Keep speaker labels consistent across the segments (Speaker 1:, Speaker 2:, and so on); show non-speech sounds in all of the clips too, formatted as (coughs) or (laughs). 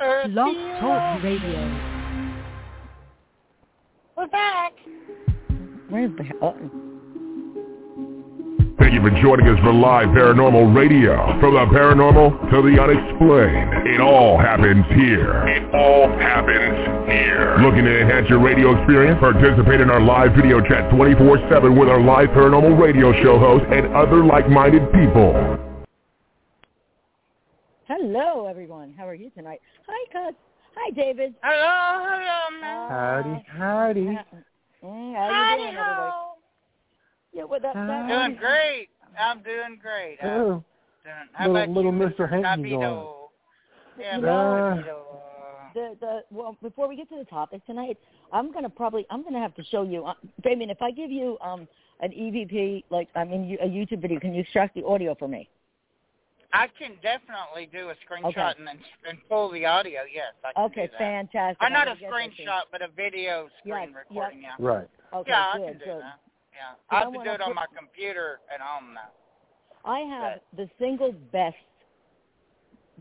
Speaker 1: Earth
Speaker 2: Blog
Speaker 1: the
Speaker 2: Talk
Speaker 1: earth.
Speaker 2: Radio.
Speaker 1: We're back.
Speaker 3: Where's the oh,
Speaker 4: Thank you for joining us for live paranormal radio. From the paranormal to the unexplained, it all happens here. It all happens here. Looking to enhance your radio experience? Participate in our live video chat 24-7 with our live paranormal radio show host and other like-minded people.
Speaker 3: Hello, everyone. How are you tonight? Hi, Cuz. Hi, David.
Speaker 1: Hello, hello, man.
Speaker 3: Howdy,
Speaker 5: howdy.
Speaker 3: Mm, how you
Speaker 1: Howdy,
Speaker 3: doing, everybody?
Speaker 1: ho.
Speaker 3: Yeah, what up,
Speaker 5: Howdy.
Speaker 3: Doc?
Speaker 1: Doing great. I'm doing great. I'm
Speaker 5: Oh,
Speaker 1: doing- How
Speaker 5: little-
Speaker 1: about
Speaker 5: little
Speaker 1: you,
Speaker 5: Mr. Hanky's on.
Speaker 1: Capito? Yeah,
Speaker 3: You
Speaker 5: know-
Speaker 1: Capito.
Speaker 3: the the well before we get to the topic tonight i'm going to probably i'm going to have to show you uh, damien if i give you um an evp like i mean you- a youtube video can you extract the audio for me
Speaker 1: I can definitely do a screenshot and and, and pull the audio. Yes, I can
Speaker 3: okay
Speaker 1: do that.
Speaker 3: fantastic
Speaker 1: Or not
Speaker 3: I'm
Speaker 1: a
Speaker 3: gonna get that to you.
Speaker 1: screenshot, but a video
Speaker 3: Yes,
Speaker 1: screen
Speaker 3: yep.
Speaker 1: recording. Yeah,
Speaker 5: Right.
Speaker 3: okay
Speaker 1: yeah, I
Speaker 3: good,
Speaker 1: can do
Speaker 3: good.
Speaker 1: that. Yeah,
Speaker 3: I
Speaker 1: I have to
Speaker 3: wanna
Speaker 1: do it on
Speaker 3: put-
Speaker 1: my computer at home though.
Speaker 3: i have the single best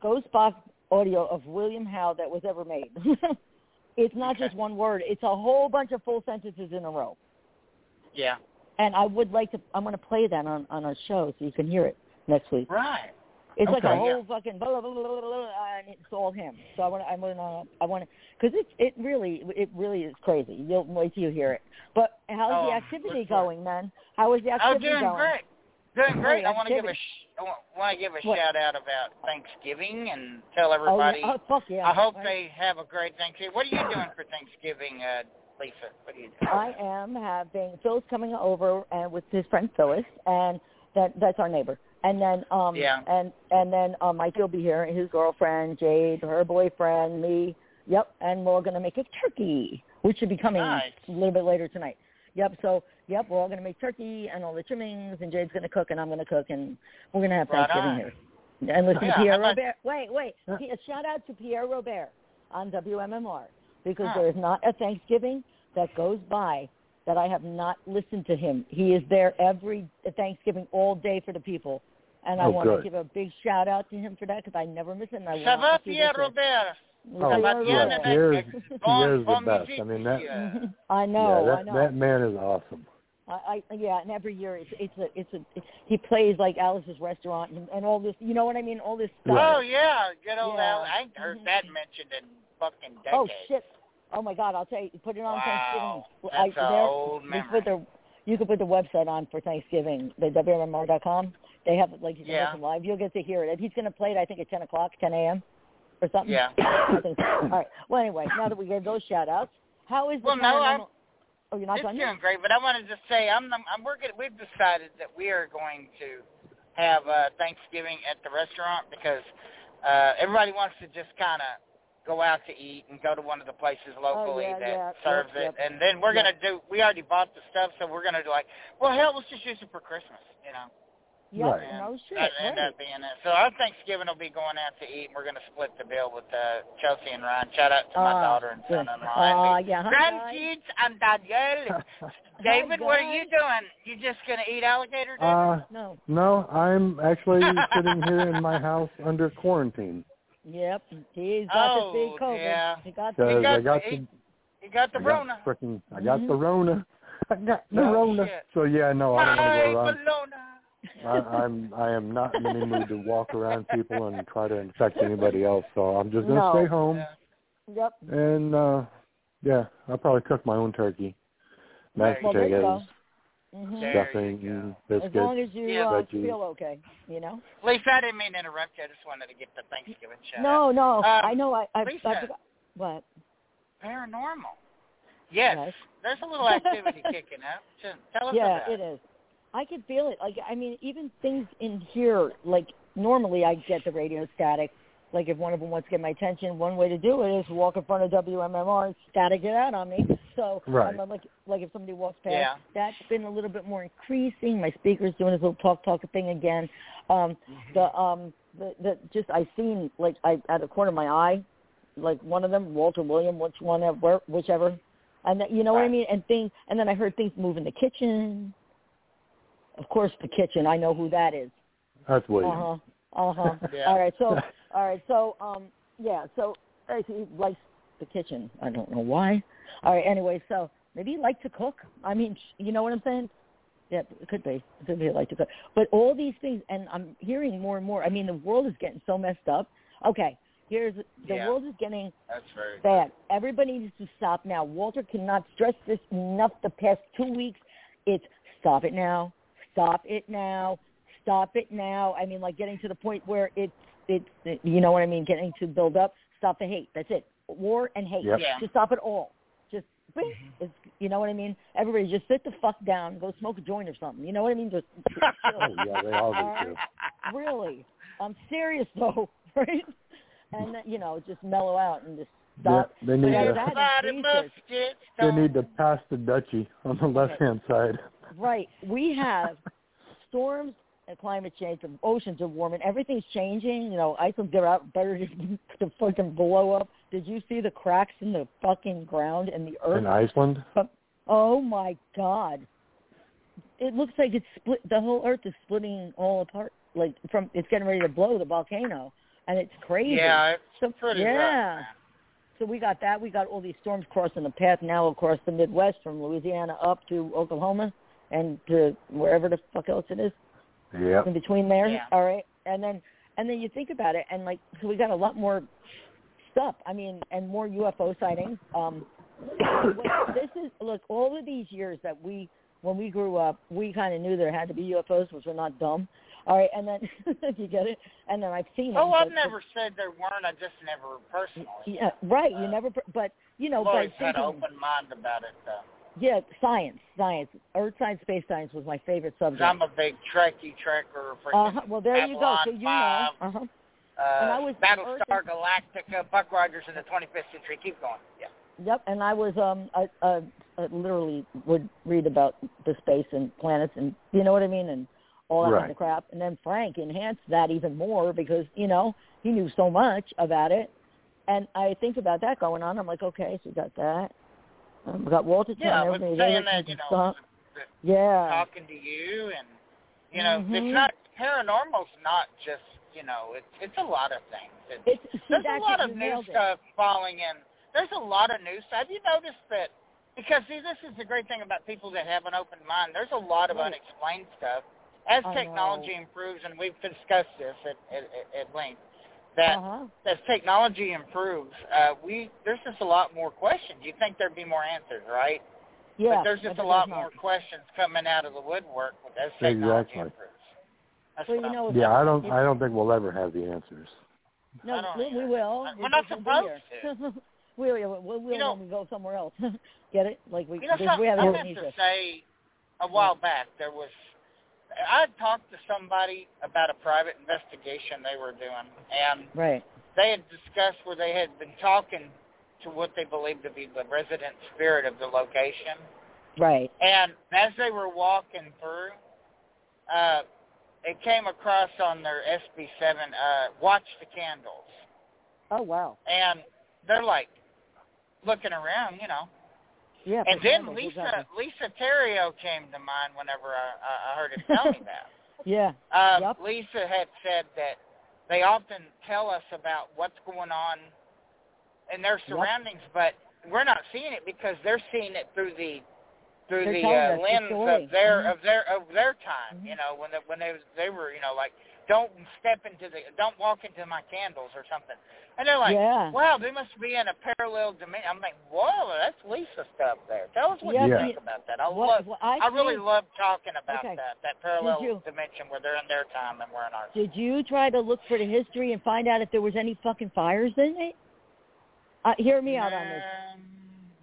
Speaker 3: ghost box audio of william howe that was ever made (laughs) it's not
Speaker 1: Okay.
Speaker 3: just one word it's a whole bunch of full sentences in a row
Speaker 1: Yeah.
Speaker 3: and i would like to i'm going to play that on on our show so you can hear it next week
Speaker 1: Right.
Speaker 3: It's like a
Speaker 5: Okay.
Speaker 3: whole fucking blah blah blah blah blah, blah, and it's all him. So I want to, I want to, I want to, because it it really it really is crazy. You'll wait till you hear it. But how's
Speaker 1: Oh,
Speaker 3: the activity
Speaker 1: look for it.
Speaker 3: going, man? How is the
Speaker 1: Oh,
Speaker 3: activity
Speaker 1: doing
Speaker 3: going?
Speaker 1: great. Doing great. I want to give a
Speaker 3: activity.
Speaker 1: sh- I want to give a
Speaker 3: What?
Speaker 1: shout out about Thanksgiving and tell
Speaker 3: Oh, yeah.
Speaker 1: everybody.
Speaker 3: oh fuck yeah!
Speaker 1: I hope
Speaker 3: Right.
Speaker 1: they have a great Thanksgiving. What are you doing for Thanksgiving, uh, Lisa? What are you doing?
Speaker 3: I am having Phil's coming over and with his friend Phyllis, and that that's our neighbor. And then um
Speaker 1: Yeah.
Speaker 3: and and then um Mike will be here, and his girlfriend Jade, her boyfriend, me. Yep, and we're gonna make a turkey, which should be coming
Speaker 1: Nice.
Speaker 3: a little bit later tonight. Yep, so yep, we're all gonna make turkey and all the trimmings, and Jade's gonna cook, and I'm gonna cook, and we're gonna have
Speaker 1: Right
Speaker 3: Thanksgiving
Speaker 1: on.
Speaker 3: here. And listen,
Speaker 1: Yeah, how
Speaker 3: Pierre
Speaker 1: about-
Speaker 3: Robert. Wait, wait.
Speaker 5: Yeah.
Speaker 3: P- shout out to Pierre Robert on WMMR because
Speaker 1: Huh.
Speaker 3: there is not a Thanksgiving that goes by that I have not listened to him. He is there every Thanksgiving all day for the people. And I
Speaker 5: Oh,
Speaker 3: want to
Speaker 5: good.
Speaker 3: give a big shout out to him for that because I never miss it. And I will
Speaker 1: Ça va,
Speaker 3: not miss you
Speaker 1: Pierre
Speaker 3: this year. (laughs)
Speaker 1: Robert?
Speaker 5: Oh,
Speaker 3: Ça va,
Speaker 1: yeah,
Speaker 3: Pierre?
Speaker 5: yeah,
Speaker 1: that-
Speaker 5: Pierre's,
Speaker 1: that's-
Speaker 5: Pierre's
Speaker 1: bon-
Speaker 5: the
Speaker 1: bon
Speaker 5: best.
Speaker 1: musique,
Speaker 5: I mean, that,
Speaker 1: yeah.
Speaker 3: (laughs) Mhm. I know,
Speaker 5: yeah, that,
Speaker 3: I know.
Speaker 5: that man
Speaker 1: (laughs)
Speaker 5: is awesome.
Speaker 3: I, I yeah, and every year it's it's a it's a he plays like Alice's restaurant and, and all this. You know what I mean? All this stuff.
Speaker 1: Oh yeah, good old
Speaker 3: Yeah.
Speaker 1: Al.
Speaker 3: Mm-hmm.
Speaker 1: I ain't heard that mentioned in fucking decades.
Speaker 3: Oh shit! Oh my God! I'll tell you. Put it on
Speaker 1: Wow,
Speaker 3: Thanksgiving.
Speaker 1: that's an
Speaker 3: there-
Speaker 1: old
Speaker 3: you can put
Speaker 1: memory.
Speaker 3: the you can put the website on for Thanksgiving. The WMMR.com. They have it like you can
Speaker 1: Yeah.
Speaker 3: listen live. You'll get to hear it. And he's going to play it. I think at ten o'clock, ten a.m. or something. (coughs)
Speaker 1: Yeah.
Speaker 3: Something. All right. Well, anyway, now that we gave those shout outs, how is the
Speaker 1: Well, no, I'm-
Speaker 3: paranormal- Oh, you're not
Speaker 1: It's
Speaker 3: done yet.
Speaker 1: doing great, but I want to just say I'm, I'm we're gonna, we've decided that we are going to have uh, Thanksgiving at the restaurant because uh, everybody wants to just kind of go out to eat and go to one of the places locally
Speaker 3: Oh, yeah,
Speaker 1: that
Speaker 3: yeah.
Speaker 1: serves
Speaker 3: Yep,
Speaker 1: it, and then we're gonna do. We already bought the stuff, so we're gonna do like, well, hell, let's just use it for Christmas, you know.
Speaker 3: Yep.
Speaker 5: Right.
Speaker 1: And
Speaker 3: No shit.
Speaker 1: That end
Speaker 3: right.
Speaker 1: up being it. So our Thanksgiving will be going out to eat. and We're going to split the bill with uh, Chelsea and Ryan. Shout out to my
Speaker 3: Ah,
Speaker 1: daughter and
Speaker 3: good.
Speaker 1: son-in-law.
Speaker 3: Ah,
Speaker 1: and
Speaker 3: yeah. Hi, guys.
Speaker 1: Grandkids and Danielle.
Speaker 5: (laughs)
Speaker 1: David, what are you doing? You just going to eat alligator dinner?
Speaker 5: Uh,
Speaker 3: No.
Speaker 5: no, I'm
Speaker 1: (laughs)
Speaker 5: actually sitting here in my house under quarantine
Speaker 3: Yep. He's got
Speaker 1: Oh,
Speaker 3: the big COVID.
Speaker 1: yeah.
Speaker 3: He got the
Speaker 5: because
Speaker 1: got
Speaker 5: Uh, I got
Speaker 1: the-
Speaker 5: the
Speaker 1: you got the
Speaker 5: I got
Speaker 1: Rona. Mm-hmm.
Speaker 5: frickin' I got
Speaker 3: Mhm.
Speaker 5: the Rona. (laughs) I got the
Speaker 1: Oh,
Speaker 5: Rona.
Speaker 1: shit.
Speaker 5: So yeah, no, I don't want to
Speaker 1: Hi,
Speaker 5: go around.
Speaker 1: Bologna.
Speaker 4: Uh-huh.
Speaker 5: I, I'm I am not in any mood to walk around people and try to infect anybody else. So I'm just gonna
Speaker 3: No.
Speaker 5: stay home
Speaker 1: Yeah.
Speaker 3: (laughs) Yep.
Speaker 5: and uh yeah, I'll probably cook my own turkey, mashed
Speaker 3: Well, there you
Speaker 5: potatoes,
Speaker 3: hmm
Speaker 1: There you go.
Speaker 5: stuffing,
Speaker 3: As
Speaker 5: biscuits.
Speaker 3: long as you
Speaker 1: Yeah.
Speaker 3: uh,
Speaker 5: Veggies.
Speaker 3: feel okay, you know.
Speaker 1: Lisa, I didn't mean to interrupt you. I just wanted to get the Thanksgiving shout out.
Speaker 3: No, no,
Speaker 1: Um,
Speaker 3: I know. I I, I
Speaker 1: Lisa.
Speaker 3: forgot. What?
Speaker 1: Paranormal. Yes.
Speaker 3: Yes.
Speaker 1: There's a little
Speaker 3: (laughs)
Speaker 1: activity kicking up. Tell us
Speaker 3: Yeah,
Speaker 1: about
Speaker 3: it is. I could feel it. Like I mean, even things in here. Like normally, I get the radio static. Like if one of them wants to get my attention, one way to do it is walk in front of WMMR and static it out on me. So
Speaker 5: Right.
Speaker 3: I'm like, like if somebody walks past,
Speaker 1: Yeah.
Speaker 3: that's been a little bit more increasing. My speaker's doing his little talk talk thing again. Um, the um, the, the just I seen like I out of the corner of my eye, like one of them, Walter William, which one, uh, where- whichever, and that, you know what I
Speaker 1: Right.
Speaker 3: mean. And things, and then I heard things move in the kitchen. Of course, the kitchen. I know who that is. Uh-huh.
Speaker 5: That's William.
Speaker 3: Uh huh. Uh huh.
Speaker 1: Yeah. (laughs)
Speaker 3: All right. So all right. So um yeah. So uh, he likes the kitchen. I don't know why. All right. Anyway, so maybe he liked to cook. I mean, sh- you know what I'm saying? Yeah, it could be. It could be he liked to cook. But all these things, and I'm hearing more and more. I mean, the world is getting so messed up. Okay. Here's the
Speaker 1: Yeah.
Speaker 3: world is getting
Speaker 1: That's very
Speaker 3: bad. Everybody needs to stop now. Walter cannot stress this enough the past two weeks. It's stop it now, stop it now, stop it now. I mean, like getting to the point where it's, it's you know what I mean, getting to build up, stop the hate. That's it. War and hate.
Speaker 5: Yep.
Speaker 1: Yeah.
Speaker 3: Just stop it all. Just, bing. It's, you know what I mean? Everybody just sit the fuck down, go smoke a joint or something. You know what I mean? Just
Speaker 1: (laughs)
Speaker 5: Oh, yeah, they always do.
Speaker 3: really. I'm serious though, (laughs) right? And uh, you know, just mellow out and just stop.
Speaker 5: They- they need
Speaker 3: But
Speaker 5: to-
Speaker 3: that
Speaker 1: Everybody
Speaker 3: is research.
Speaker 1: must get
Speaker 5: They
Speaker 1: stoned.
Speaker 5: need to pass the duchy on the left-hand side.
Speaker 3: Right. We have storms and climate change, the oceans are warming, everything's changing. You know, icelands are out better to, (laughs) to fucking blow up. Did you see the cracks in the fucking ground and the earth?
Speaker 5: In Iceland,
Speaker 3: Oh my god! It looks like it's split. The whole earth is splitting all apart. Like from it's getting ready to blow the volcano, and it's crazy.
Speaker 1: Yeah, it's
Speaker 3: So
Speaker 1: pretty rough,
Speaker 3: yeah.
Speaker 1: man.
Speaker 3: So we got that. We got all these storms crossing the path now across the Midwest from Louisiana up to Oklahoma and to wherever the fuck else it is
Speaker 5: (laughs) yeah,
Speaker 3: in between there.
Speaker 1: Yeah.
Speaker 3: All right, and then and then you think about it, and like so we got a lot more stuff. I mean, and more UFO sightings. Um, (coughs) what- this is look all of these years that we when we grew up, we kind of knew there had to be UFOs, which were not dumb. All right, and then (laughs) you get it, and then I've seen.
Speaker 1: Oh,
Speaker 3: them,
Speaker 1: I've
Speaker 3: but-
Speaker 1: never said there weren't. I just never personally.
Speaker 3: Yeah, right. You never, but you know,
Speaker 1: I've always
Speaker 3: but
Speaker 1: had an
Speaker 3: thinking-
Speaker 1: open mind about it. Though.
Speaker 3: yeah, science, science, earth science, space science was my favorite subject.
Speaker 1: I'm a big Trekkie trekker. freaking
Speaker 3: uh-huh. Well, there you go.
Speaker 1: Babylon
Speaker 3: So you know,
Speaker 1: 5,
Speaker 3: uh-huh.
Speaker 1: Uh,
Speaker 3: And I was-
Speaker 1: Battlestar Galactica, Buck Rogers in the 25th century. Keep going. Yeah.
Speaker 3: Yep, and I was um I, I, I literally would read about the space and planets and you know what I mean and all that kind
Speaker 5: Right.
Speaker 3: of crap. And then Frank enhanced that even more because you know he knew so much about it. And I think about that going on. I'm like, okay, so we got that. Um, we got Walter
Speaker 1: Yeah,
Speaker 3: telling
Speaker 1: but
Speaker 3: everybody
Speaker 1: saying
Speaker 3: they
Speaker 1: that,
Speaker 3: can
Speaker 1: you know,
Speaker 3: stop.
Speaker 1: that
Speaker 3: Yeah,
Speaker 1: talking to you and you know,
Speaker 3: Mhm.
Speaker 1: it's not paranormal's not just you know, it's it's a lot of things. It's,
Speaker 3: it's see,
Speaker 1: there's
Speaker 3: that's
Speaker 1: a lot
Speaker 3: it,
Speaker 1: of
Speaker 3: you
Speaker 1: new
Speaker 3: nailed it.
Speaker 1: stuff falling in. There's a lot of new stuff. Have you noticed that? Because see, this is the great thing about people that have an open mind. There's a lot of
Speaker 3: Right.
Speaker 1: unexplained stuff. As
Speaker 3: I
Speaker 1: technology improves, and we've discussed this at at, at- at length, that
Speaker 3: Uh-huh.
Speaker 1: as technology improves, uh, we there's just a lot more questions. You think there'd be more answers, right?
Speaker 3: Yeah,
Speaker 1: but there's
Speaker 3: I
Speaker 1: just a
Speaker 3: bet
Speaker 1: lot
Speaker 3: not.
Speaker 1: more questions coming out of the woodwork as technology
Speaker 5: Exactly.
Speaker 1: improves. That's
Speaker 3: Well,
Speaker 1: what
Speaker 3: you
Speaker 1: I'm-
Speaker 3: know,
Speaker 5: yeah. I don't, I don't think we'll ever have the
Speaker 3: (laughs)
Speaker 5: answers.
Speaker 3: No,
Speaker 1: I don't
Speaker 3: we, we
Speaker 1: either.
Speaker 3: will.
Speaker 1: Uh,
Speaker 3: We
Speaker 1: we're not
Speaker 3: just-
Speaker 1: supposed
Speaker 3: here. (laughs) we will. We will
Speaker 1: You know-
Speaker 3: when we go somewhere else. (laughs) Get it? Like we,
Speaker 1: You know,
Speaker 3: we
Speaker 1: some,
Speaker 3: have
Speaker 1: I have
Speaker 3: amnesia.
Speaker 1: to say, a while back there was, I had talked to somebody about a private investigation they were doing, and
Speaker 3: Right.
Speaker 1: they had discussed where they had been talking to what they believed to be the resident spirit of the location,
Speaker 3: Right.
Speaker 1: and as they were walking through, uh, it came across on their SB7, uh, watch the candles.
Speaker 3: Oh wow.
Speaker 1: and they're like looking around, you know.
Speaker 3: Yeah.
Speaker 1: And
Speaker 3: for
Speaker 1: then
Speaker 3: example,
Speaker 1: Lisa
Speaker 3: exactly.
Speaker 1: Lisa Terrio came to mind whenever I, I- I heard him tell me
Speaker 3: (laughs)
Speaker 1: that.
Speaker 3: Yeah.
Speaker 1: Um,
Speaker 3: Yep.
Speaker 1: Lisa had said that they often tell us about what's going on in their surroundings, but we're not seeing it because they're seeing it through the through
Speaker 3: They're
Speaker 1: the
Speaker 3: telling us
Speaker 1: uh,
Speaker 3: the
Speaker 1: lens
Speaker 3: story.
Speaker 1: of their
Speaker 3: Mhm.
Speaker 1: of their of their time.
Speaker 3: Mhm.
Speaker 1: You know, when they, when they was, they were you know like don't step into the don't walk into my candles or something, and they're like.
Speaker 3: yeah.
Speaker 1: Wow, they must be in a parallel dimension. I'm like, whoa, that's Lisa stuff there. Tell us what
Speaker 3: Yeah,
Speaker 1: you
Speaker 5: but
Speaker 1: think about that. I
Speaker 3: What,
Speaker 1: love,
Speaker 3: what I,
Speaker 1: I really
Speaker 3: think-
Speaker 1: love talking about
Speaker 3: Okay.
Speaker 1: that. That parallel
Speaker 3: Did you-
Speaker 1: dimension where they're in their time and we're in ours.
Speaker 3: Did you try to look for the history and find out if there was any fucking fires in it? Uh, hear me out on this.
Speaker 1: Um,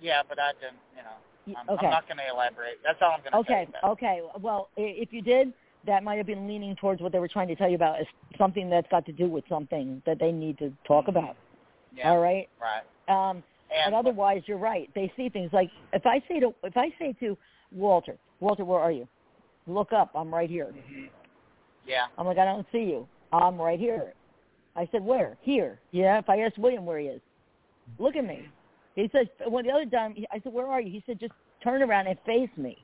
Speaker 1: yeah, but I didn't. You know,
Speaker 3: Y-
Speaker 1: I'm,
Speaker 3: Okay.
Speaker 1: I'm not going to elaborate. That's all I'm going to
Speaker 3: Okay.
Speaker 1: say. about it.
Speaker 3: Okay. Well, i- if you did, that might have been leaning towards what they were trying to tell you about is something that's got to do with something that they need to talk about.
Speaker 1: Yeah.
Speaker 3: All right.
Speaker 1: Right.
Speaker 3: Um,
Speaker 1: And
Speaker 3: but otherwise, you're right. They see things like if I say to if I say to Walter, Walter, where are you? Look up. I'm right here.
Speaker 1: Mhm. Yeah.
Speaker 3: I'm like, I don't see you. I'm right here. I said, where? Here. Yeah. If I asked William where he is, look at me. He says, well, the other time, I said, where are you? He said, just turn around and face me.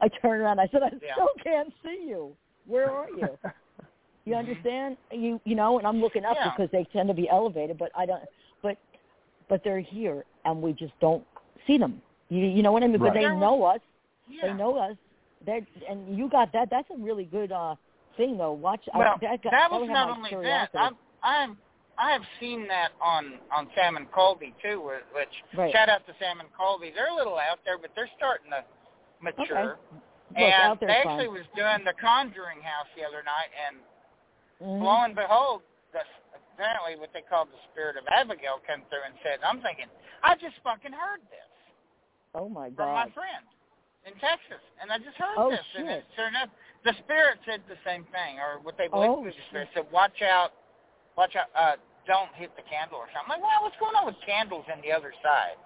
Speaker 3: I turned around. I said, I
Speaker 1: Yeah.
Speaker 3: still can't see you. Where are you?
Speaker 1: (laughs)
Speaker 3: You understand? You you know, and I'm looking up
Speaker 1: Yeah.
Speaker 3: because they tend to be elevated, but I don't. But but they're here and we just don't see them. You, you know what I mean? But
Speaker 5: Right.
Speaker 3: they
Speaker 1: They're-
Speaker 3: know us.
Speaker 1: Yeah.
Speaker 3: They know us. That and you got that. That's a really good uh thing though. Watch.
Speaker 1: Well,
Speaker 3: I, that, got,
Speaker 1: that
Speaker 3: would
Speaker 1: was not
Speaker 3: have my
Speaker 1: only that.
Speaker 3: curiosity.
Speaker 1: I'm, I'm, I have seen that on on Sam and Colby too. wh- Which
Speaker 3: Right.
Speaker 1: shout out to Sam and Colby. They're a little out there, but they're starting to mature.
Speaker 3: Look,
Speaker 1: And
Speaker 3: out
Speaker 1: they
Speaker 3: there's
Speaker 1: actually
Speaker 3: fun.
Speaker 1: was doing the Conjuring House the other night, and
Speaker 3: Mhm.
Speaker 1: lo and behold, the, apparently what they called the spirit of Abigail came through and said, "I'm thinking, I just fucking heard this
Speaker 3: Oh my
Speaker 1: from my
Speaker 3: God.
Speaker 1: friend in Texas, and I just heard
Speaker 3: Oh,
Speaker 1: this, and
Speaker 3: shit.
Speaker 1: it, sure enough, the spirit said the same thing, or what they believed
Speaker 3: Oh,
Speaker 1: was the spirit said, "Watch out, watch out, uh, don't hit the candle or something." I'm like, wow, what's going on with candles in the other side?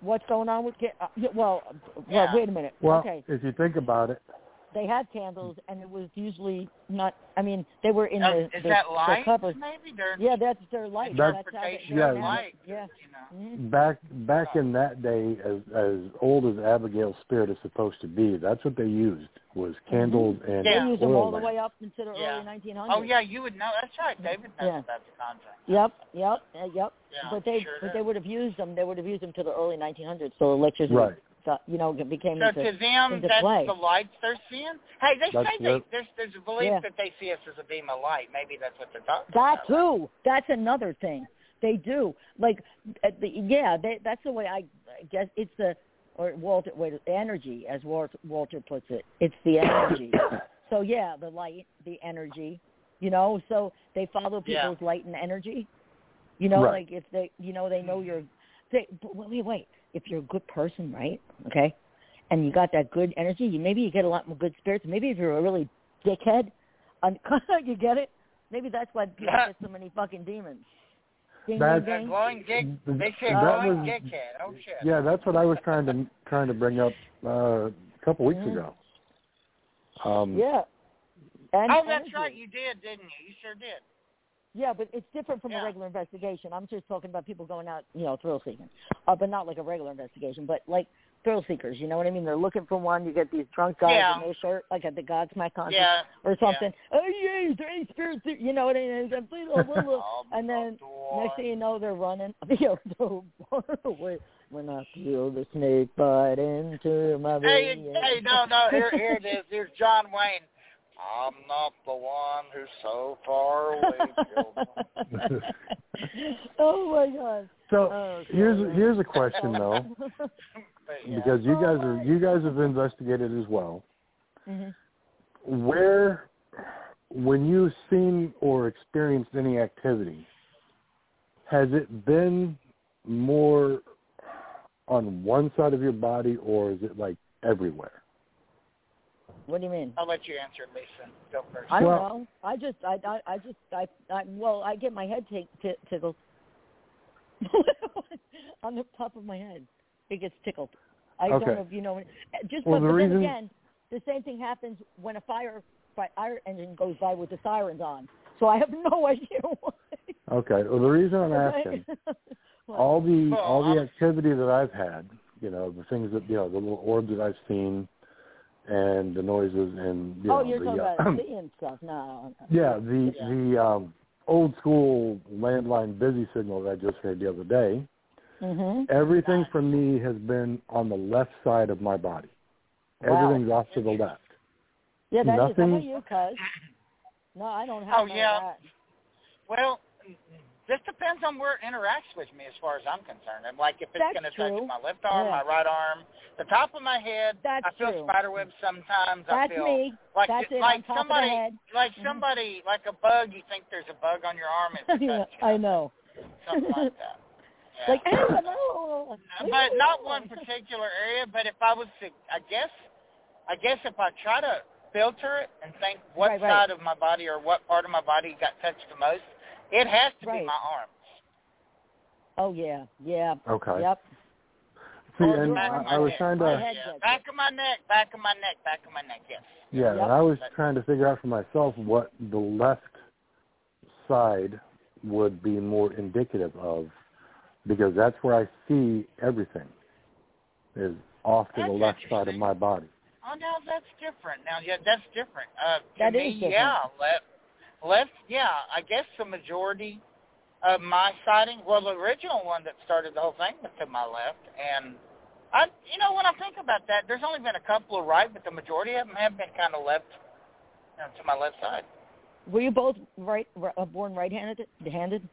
Speaker 3: What's going on with? ca- Uh, yeah, well, uh, well,
Speaker 1: Yeah.
Speaker 3: wait a minute.
Speaker 5: (laughs) Well,
Speaker 3: okay,
Speaker 5: if you think about it,
Speaker 3: they had candles, and it was usually not. I mean, they were in
Speaker 1: Uh,
Speaker 3: the,
Speaker 1: is
Speaker 3: the,
Speaker 1: that
Speaker 3: the
Speaker 1: light?
Speaker 3: cover.
Speaker 1: Maybe they're
Speaker 3: Yeah, that's their light.
Speaker 5: That-
Speaker 3: that's how they,
Speaker 1: interpretation
Speaker 5: yeah,
Speaker 1: of
Speaker 5: yeah.
Speaker 1: light.
Speaker 3: Yeah.
Speaker 1: you know.
Speaker 3: Mhm.
Speaker 5: back back in that day, as as old as Abigail's spirit is supposed to be, that's what they used was candles and
Speaker 1: Yeah.
Speaker 3: Mm-hmm. They used them
Speaker 5: oil
Speaker 3: all the
Speaker 5: lamps.
Speaker 3: way up into the
Speaker 1: Yeah.
Speaker 3: early 1900s.
Speaker 1: Oh yeah, you would know. That's right, David knows
Speaker 3: Yeah.
Speaker 1: about the contract.
Speaker 3: Yep, yep, uh, yep.
Speaker 1: Yeah,
Speaker 3: but they
Speaker 1: sure
Speaker 3: but
Speaker 1: did.
Speaker 3: they would have used them. They would have used them to the early 1900s. So electricity,
Speaker 5: Right.
Speaker 3: (coughs) got- you know, became
Speaker 1: So
Speaker 3: into,
Speaker 1: to them,
Speaker 3: into
Speaker 1: that's
Speaker 3: play.
Speaker 1: the lights they're seeing. Hey, they
Speaker 5: That's
Speaker 1: say they,
Speaker 5: what-
Speaker 1: there's there's a belief
Speaker 3: Yeah.
Speaker 1: that they see us as a beam of light. Maybe that's what they're talking
Speaker 3: That
Speaker 1: about.
Speaker 3: too. That's another thing. They do. Like, at the, yeah, they, that's the way I, I guess it's the, or Walter, wait, energy, as Walter, Walter puts it. It's the energy.
Speaker 5: (coughs)
Speaker 3: so, yeah, the light, the energy, you know, so they follow
Speaker 1: Yeah.
Speaker 3: people's light and energy. You know,
Speaker 5: Right.
Speaker 3: like if they, you know, they know you're, they, but wait, wait, wait. If you're a good person, right? Okay. And you got that good energy, you maybe you get a lot more good spirits. Maybe if you're a really dickhead, un- (laughs) you get it? Maybe that's why people
Speaker 1: Yeah.
Speaker 3: get so many fucking demons. Ding,
Speaker 5: That's-
Speaker 1: A
Speaker 3: ding, ding.
Speaker 1: glowing dick. They say
Speaker 5: That
Speaker 1: glowing
Speaker 5: was-
Speaker 1: dickhead. Oh shit.
Speaker 5: Yeah, that's what I was trying to trying to bring up uh, a couple weeks
Speaker 3: Mhm.
Speaker 5: ago. Um,
Speaker 3: Yeah. And
Speaker 1: Oh, that's
Speaker 3: energy.
Speaker 1: right. You did, didn't you? You sure did.
Speaker 3: Yeah, but it's different from
Speaker 1: Yeah.
Speaker 3: a regular investigation. I'm just talking about people going out, you know, thrill seeking, uh, but not like a regular investigation, but like thrill seekers. You know what I mean? They're looking for one. You get these drunk guys
Speaker 1: Yeah.
Speaker 3: in their shirt, like at the Godsmack concert
Speaker 1: Yeah.
Speaker 3: or something. Oh yeah, is there any spirits? here?" You know what I mean? And please, oh, blah,
Speaker 1: (laughs)
Speaker 3: blah. And then Next thing you know, they're running. (laughs) Yeah, so far away when I feel the snake bite into my
Speaker 1: Hey,
Speaker 3: vein.
Speaker 1: hey, no, no. Here, here it is. Here's John Wayne. I'm not the one who's so far away.
Speaker 5: (laughs)
Speaker 1: children.
Speaker 3: (laughs) oh my god!
Speaker 5: So
Speaker 3: Oh,
Speaker 5: here's
Speaker 3: sorry.
Speaker 5: here's a question though,
Speaker 1: But yeah.
Speaker 5: because you guys
Speaker 3: Oh,
Speaker 5: are
Speaker 3: my.
Speaker 5: you guys have investigated as well.
Speaker 3: Mhm.
Speaker 5: Where, when you've seen or experienced any activity, has it been more on one side of your body, or is it like everywhere?
Speaker 3: What do you mean?
Speaker 1: I'll let you answer, Lisa. Go first.
Speaker 3: I don't
Speaker 5: Well-
Speaker 3: know. I just, I, I, I just, I, I, well, I get my head t- t- tickled (laughs) on the top of my head. It gets tickled. I
Speaker 5: Okay.
Speaker 3: don't know if you know. Just
Speaker 5: Well,
Speaker 3: but,
Speaker 5: the
Speaker 3: but then
Speaker 5: reason-
Speaker 3: again, the same thing happens when a fire fire engine goes by with the sirens on. So I have (laughs) no idea why.
Speaker 5: Okay. Well, the reason
Speaker 3: (laughs)
Speaker 5: I'm asking
Speaker 3: What?
Speaker 5: all the
Speaker 1: Well,
Speaker 5: all
Speaker 1: I'm-
Speaker 5: the activity that I've had, you know, the things that you know, the little orbs that I've seen, and the noises and you
Speaker 3: oh,
Speaker 5: know,
Speaker 3: you're
Speaker 5: the,
Speaker 3: talking
Speaker 5: uh, (clears throat)
Speaker 3: about seeing stuff. No, no, no.
Speaker 5: yeah, the
Speaker 1: Yeah.
Speaker 5: the um, old school landline busy signal that I just heard the other day.
Speaker 3: Mhm.
Speaker 5: Eh, Everything for me has been on the left side of my body.
Speaker 3: Wow.
Speaker 5: Everything's off to the left.
Speaker 3: Yeah, that is. How
Speaker 5: Nothing-
Speaker 3: about you, cuz? No, I don't have
Speaker 1: Oh,
Speaker 3: none of
Speaker 1: yeah.
Speaker 3: that.
Speaker 1: Well, this depends on where it interacts with me as far as I'm concerned. And like if it's
Speaker 3: That's
Speaker 1: going to touch
Speaker 3: true.
Speaker 1: my left arm,
Speaker 3: Yeah.
Speaker 1: my right arm, the top of my head.
Speaker 3: That's
Speaker 1: I feel
Speaker 3: true.
Speaker 1: spider webs sometimes.
Speaker 3: That's
Speaker 1: I feel
Speaker 3: me.
Speaker 1: like
Speaker 3: That's it,
Speaker 1: like
Speaker 3: on top
Speaker 1: somebody
Speaker 3: of the
Speaker 1: (laughs)
Speaker 3: head. Mm-hmm.
Speaker 1: like somebody like a bug. You think there's a bug on your arm?
Speaker 3: (laughs)
Speaker 1: It's a
Speaker 3: yeah,
Speaker 1: touch, you
Speaker 3: I know.
Speaker 1: Something like
Speaker 3: (laughs)
Speaker 1: that. Yeah.
Speaker 3: Like, hey, hello.
Speaker 1: but not one particular area. But if I was to, I guess, I guess if I try to filter it and think what
Speaker 3: Right, right.
Speaker 1: side of my body or what part of my body got touched the most, it has to
Speaker 3: Right.
Speaker 1: be my arms.
Speaker 3: (laughs) Oh yeah, yeah.
Speaker 5: Okay.
Speaker 3: Yep.
Speaker 5: See,
Speaker 3: Or
Speaker 5: and
Speaker 3: your
Speaker 5: I,
Speaker 3: arm
Speaker 5: I
Speaker 3: like
Speaker 5: was
Speaker 3: that.
Speaker 5: trying
Speaker 3: My
Speaker 5: to
Speaker 3: head
Speaker 1: Yeah,
Speaker 3: does
Speaker 1: back of my neck, back of my neck, back of my neck. Yes.
Speaker 5: Yeah,
Speaker 3: Yep.
Speaker 5: and I was trying to figure out for myself what the left side would be more indicative of, because that's where I see everything is off to
Speaker 1: That's
Speaker 5: the left side of
Speaker 1: interesting.
Speaker 5: my body.
Speaker 1: Oh, now that's different. Now, yeah, that's different. Uh, to
Speaker 3: That
Speaker 1: me,
Speaker 3: is different.
Speaker 1: yeah, left, left, yeah. I guess the majority of my sighting. Well, the original one that started the whole thing was to my left, and I, you know, when I think about that, there's only been a couple of right, but the majority of them have been kind of left, you know, to my left side.
Speaker 3: Were you both right, r- uh, born right-handed? Handed?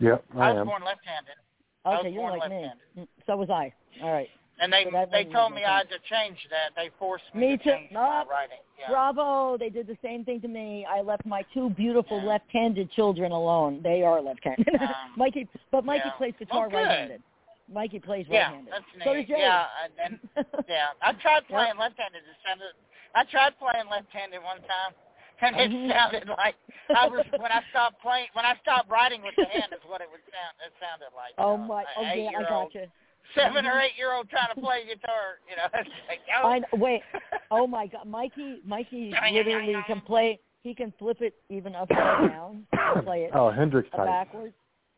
Speaker 5: Yep, I,
Speaker 1: I was
Speaker 5: am.
Speaker 1: born left-handed, I was
Speaker 3: Okay, you're
Speaker 1: born
Speaker 3: like me.
Speaker 1: left-handed.
Speaker 3: Mm, So was I. All right.
Speaker 1: and they
Speaker 3: So that
Speaker 1: they
Speaker 3: one
Speaker 1: told
Speaker 3: was
Speaker 1: me
Speaker 3: okay.
Speaker 1: I had to change that. They forced me,
Speaker 3: Me
Speaker 1: to
Speaker 3: too.
Speaker 1: change my
Speaker 3: Nope.
Speaker 1: writing. Yeah.
Speaker 3: Bravo! They did the same thing to me. I left my two beautiful
Speaker 1: Yeah.
Speaker 3: left-handed children alone. They are left-handed.
Speaker 1: Um,
Speaker 3: (laughs) Mikey, but Mikey
Speaker 1: yeah.
Speaker 3: plays guitar
Speaker 1: Well, good.
Speaker 3: right-handed. Mikey plays
Speaker 1: Yeah,
Speaker 3: right-handed.
Speaker 1: that's neat.
Speaker 3: So does Jerry.
Speaker 1: yeah, and, and
Speaker 3: (laughs)
Speaker 1: yeah, I tried playing left-handed. It sounded. I tried playing left-handed one time, (laughs) and it
Speaker 3: Mhm.
Speaker 1: sounded like I was when I stopped playing. When I stopped writing with the hand is what it would sound. It sounded like. (laughs)
Speaker 3: oh
Speaker 1: you know,
Speaker 3: my!
Speaker 1: a
Speaker 3: Oh yeah, I
Speaker 1: eight-year-old-
Speaker 3: gotcha.
Speaker 1: Seven or
Speaker 3: Mhm.
Speaker 1: eight-year-old trying to play guitar. You know, (laughs) it's like oh.
Speaker 3: I know- wait. Oh my God, Mikey! Mikey literally can play. He can flip it even upside down. Play it
Speaker 5: (coughs) Oh, Hendrix type.
Speaker 3: backwards.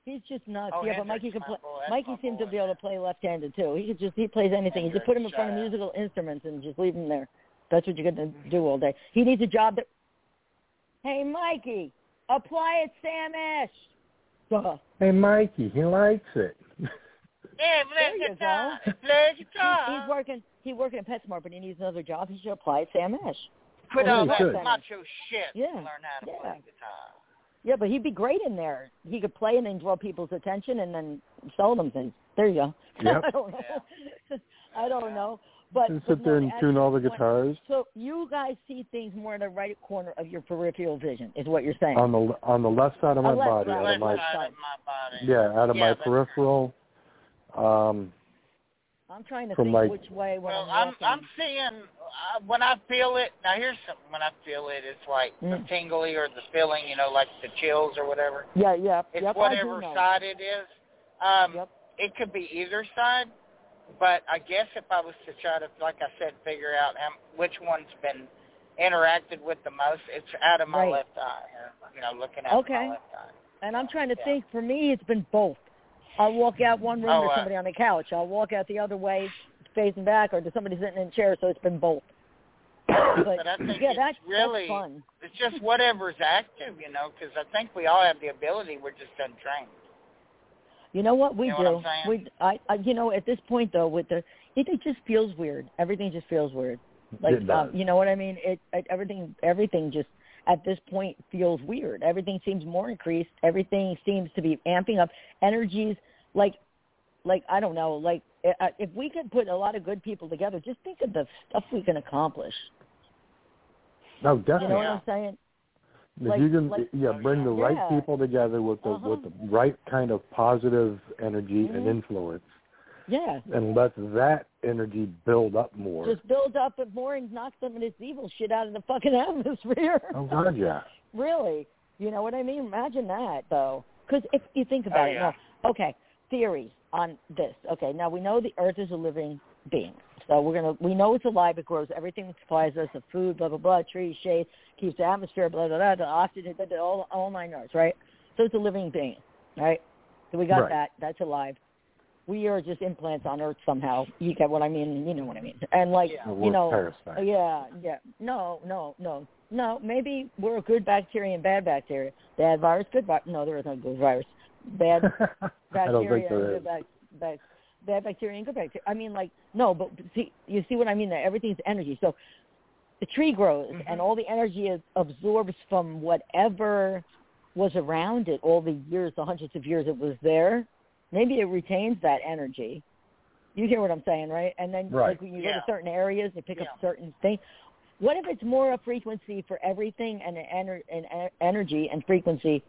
Speaker 3: He's just nuts.
Speaker 1: Oh,
Speaker 3: yeah, but
Speaker 1: Hendrix,
Speaker 3: Mikey can
Speaker 1: my
Speaker 3: play.
Speaker 1: boy, that's
Speaker 3: Mikey
Speaker 1: my
Speaker 3: seems
Speaker 1: boy,
Speaker 3: to be able to play left-handed too. He could just he plays anything. You just
Speaker 1: Hendrix,
Speaker 3: put him in front of
Speaker 1: shout out.
Speaker 3: musical instruments and just leave him there. That's what you're going to do all day. He needs a job that. Hey, Mikey, apply at Sam Ash. Duh.
Speaker 5: Hey, Mikey, he likes it.
Speaker 1: (laughs) Yeah,
Speaker 3: There
Speaker 1: play
Speaker 3: you
Speaker 1: guitar. Play guitar.
Speaker 3: He's, he's working. He's working at PetSmart, but he needs another job. He should apply at Sam Ash.
Speaker 1: Quit
Speaker 5: Oh,
Speaker 1: all
Speaker 5: he
Speaker 1: that
Speaker 5: should.
Speaker 1: macho shit.
Speaker 3: Yeah,
Speaker 1: and Learn how to
Speaker 3: yeah.
Speaker 1: play guitar.
Speaker 3: Yeah, but he'd be great in there. He could play and then draw people's attention and then sell them things. There you go. (laughs)
Speaker 5: Yep.
Speaker 3: I don't know. (laughs) I don't know. But
Speaker 5: and
Speaker 3: but
Speaker 5: (laughs) sit there
Speaker 3: no,
Speaker 5: and
Speaker 3: as-
Speaker 5: tune all the
Speaker 3: when-
Speaker 5: guitars
Speaker 3: So you guys see things more in the right corner of your peripheral vision, is what you're saying.
Speaker 5: on the on the left side of my
Speaker 3: Oh, left,
Speaker 5: body,
Speaker 3: right,
Speaker 5: out of
Speaker 1: Left
Speaker 5: my
Speaker 3: left.
Speaker 1: side of my body.
Speaker 5: yeah, out of
Speaker 1: Yeah,
Speaker 5: my
Speaker 1: but-
Speaker 5: peripheral. Um,
Speaker 3: I'm trying to think
Speaker 5: from like-
Speaker 3: which way when
Speaker 1: Well,
Speaker 3: I'm
Speaker 1: I'm
Speaker 3: walking.
Speaker 1: I'm seeing uh, when I feel it. Now here's something when I feel it, it's like the
Speaker 3: Mm.
Speaker 1: tingly or the feeling, you know, like the chills or whatever.
Speaker 3: yeah, yeah,
Speaker 1: It's
Speaker 3: yep, I
Speaker 1: whatever
Speaker 3: do know.
Speaker 1: side it is. Um,
Speaker 3: Yep.
Speaker 1: It could be either side, but I guess if I was to try to, like I said, figure out how, which one's been interacted with the most, it's out of my
Speaker 3: Right.
Speaker 1: left eye. You know, looking out of
Speaker 3: Okay.
Speaker 1: my left eye.
Speaker 3: And I'm trying to
Speaker 1: Yeah.
Speaker 3: think. For me, it's been both. I'll walk out one room
Speaker 1: Oh,
Speaker 3: to
Speaker 1: uh,
Speaker 3: somebody on the couch. I'll walk out the other way, facing back, or to somebody sitting in a chair. So it's
Speaker 1: (coughs)
Speaker 3: been both. But,
Speaker 1: But I think
Speaker 3: yeah,
Speaker 1: it's
Speaker 3: that's
Speaker 1: really-
Speaker 3: that's fun.
Speaker 1: It's
Speaker 3: Hmm.
Speaker 1: just whatever's active, you know, because I think we all have the ability. We're just untrained.
Speaker 3: You know what we
Speaker 1: You know
Speaker 3: do?
Speaker 1: what I'm saying?
Speaker 3: we I, I you know at this point though with the it, it just feels weird. Everything just feels weird. Like
Speaker 5: it
Speaker 3: um,
Speaker 5: does.
Speaker 3: you know what I mean? It, it everything everything just at this point feels weird. Everything seems more increased. Everything seems to be amping up. Energies like like I don't know like i- I- if we could put a lot of good people together, just think of the stuff we can accomplish.
Speaker 5: no,
Speaker 3: You
Speaker 5: definitely.
Speaker 3: know
Speaker 1: Yeah.
Speaker 3: what I'm saying?
Speaker 5: If
Speaker 3: Like-
Speaker 5: you can,
Speaker 3: like-
Speaker 5: yeah, bring the right
Speaker 3: Yeah.
Speaker 5: people together with the with the
Speaker 3: Uh-huh.
Speaker 5: right kind of positive energy and
Speaker 3: Mhm.
Speaker 5: influence,
Speaker 3: Yeah.
Speaker 5: and let that energy build up more.
Speaker 3: Just build up it more and knock some of this evil shit out of the fucking atmosphere.
Speaker 5: oh God, yeah.
Speaker 3: Really? You know what I mean? Imagine that, though. Because if you think about it,
Speaker 1: yeah.
Speaker 3: now, okay, theory on this. Okay, now we know the Earth is a living being, so we're gonna we know it's alive. It grows everything that supplies us of food, blah blah blah, trees, shade, keeps the atmosphere, blah blah blah, the oxygen, blah, blah, all all nine yards, right? So it's a living being, right? So we got
Speaker 5: Right.
Speaker 3: that. That's alive. We are just implants on Earth somehow. You get what I mean? You know what I mean? And like
Speaker 1: Yeah.
Speaker 5: We're
Speaker 3: you know,
Speaker 5: parasites.
Speaker 3: Uh, yeah, yeah. No, no, no. No, maybe we're a good bacteria and bad bacteria. Bad virus, good virus. No, there is no good virus. Bad
Speaker 5: (laughs) (laughs) I
Speaker 3: bacteria
Speaker 5: don't
Speaker 3: and
Speaker 5: think there
Speaker 3: good
Speaker 5: is.
Speaker 3: bac- bac- bad bacteria and good bacteria. I mean, like, no, but see, you see what I mean? That everything's energy. So the tree grows,
Speaker 1: Mhm.
Speaker 3: and all the energy is absorbs from whatever was around it all the years, the hundreds of years it was there. Maybe it retains that energy. You hear what I'm saying, right? And then,
Speaker 5: Right.
Speaker 3: like, when you go
Speaker 1: Yeah.
Speaker 3: to certain areas, you pick up
Speaker 1: Yeah.
Speaker 3: certain things. What if it's more a frequency for everything and an, ener- an e- energy and frequency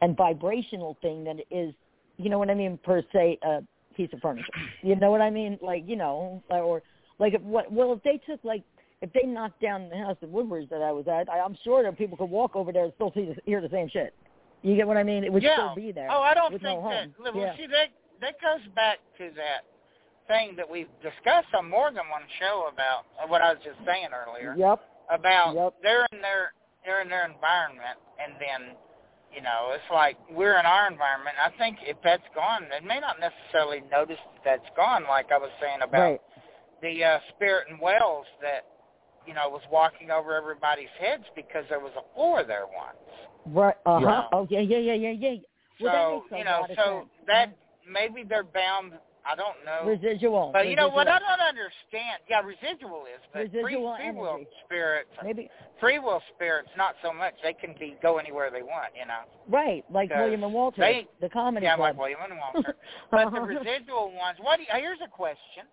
Speaker 3: and vibrational thing than it is, you know what I mean, per se, a piece of furniture.
Speaker 1: (clears throat)
Speaker 3: You know what I mean? Like, you know, or like if what, well, if they took like, if they knocked down the house at Woodbridge that I was at, I, I'm sure that people could walk over there and still see the, hear the same shit. You get what I mean? It would
Speaker 1: yeah.
Speaker 3: still be there.
Speaker 1: Oh, I don't
Speaker 3: with
Speaker 1: think
Speaker 3: no
Speaker 1: that.
Speaker 3: home.
Speaker 1: Well,
Speaker 3: Yeah.
Speaker 1: see, that that goes back to that thing that we've discussed on more than one show about uh, what I was just saying earlier
Speaker 3: Yep.
Speaker 1: about
Speaker 3: Yep.
Speaker 1: they're in their they're in their environment, and then you know it's like we're in our environment. I think if that's gone, they may not necessarily notice that that's gone. Like I was saying about
Speaker 3: Right.
Speaker 1: the uh, spirit and wells that you know was walking over everybody's heads because there was a floor there once.
Speaker 3: Right. Uh huh.
Speaker 1: Yeah.
Speaker 3: Oh yeah, yeah, yeah, yeah, yeah. Well,
Speaker 1: So
Speaker 3: that makes a
Speaker 1: you know,
Speaker 3: lot of
Speaker 1: so
Speaker 3: sense. Mm-hmm.
Speaker 1: that maybe they're bound. I don't know.
Speaker 3: residual.
Speaker 1: But you know what? I
Speaker 3: residual.
Speaker 1: don't understand. Yeah, residual is, but free,
Speaker 3: Residual
Speaker 1: free will
Speaker 3: energy.
Speaker 1: spirits,
Speaker 3: Maybe
Speaker 1: free will spirits, not so much. They can be go anywhere they want. You know.
Speaker 3: right, like
Speaker 1: Because
Speaker 3: William and Walter,
Speaker 1: they-
Speaker 3: the comedy
Speaker 1: yeah,
Speaker 3: club. (laughs) Um,
Speaker 1: like William and Walter. But
Speaker 3: Uh-huh.
Speaker 1: the residual ones. What? Do you, here's a question.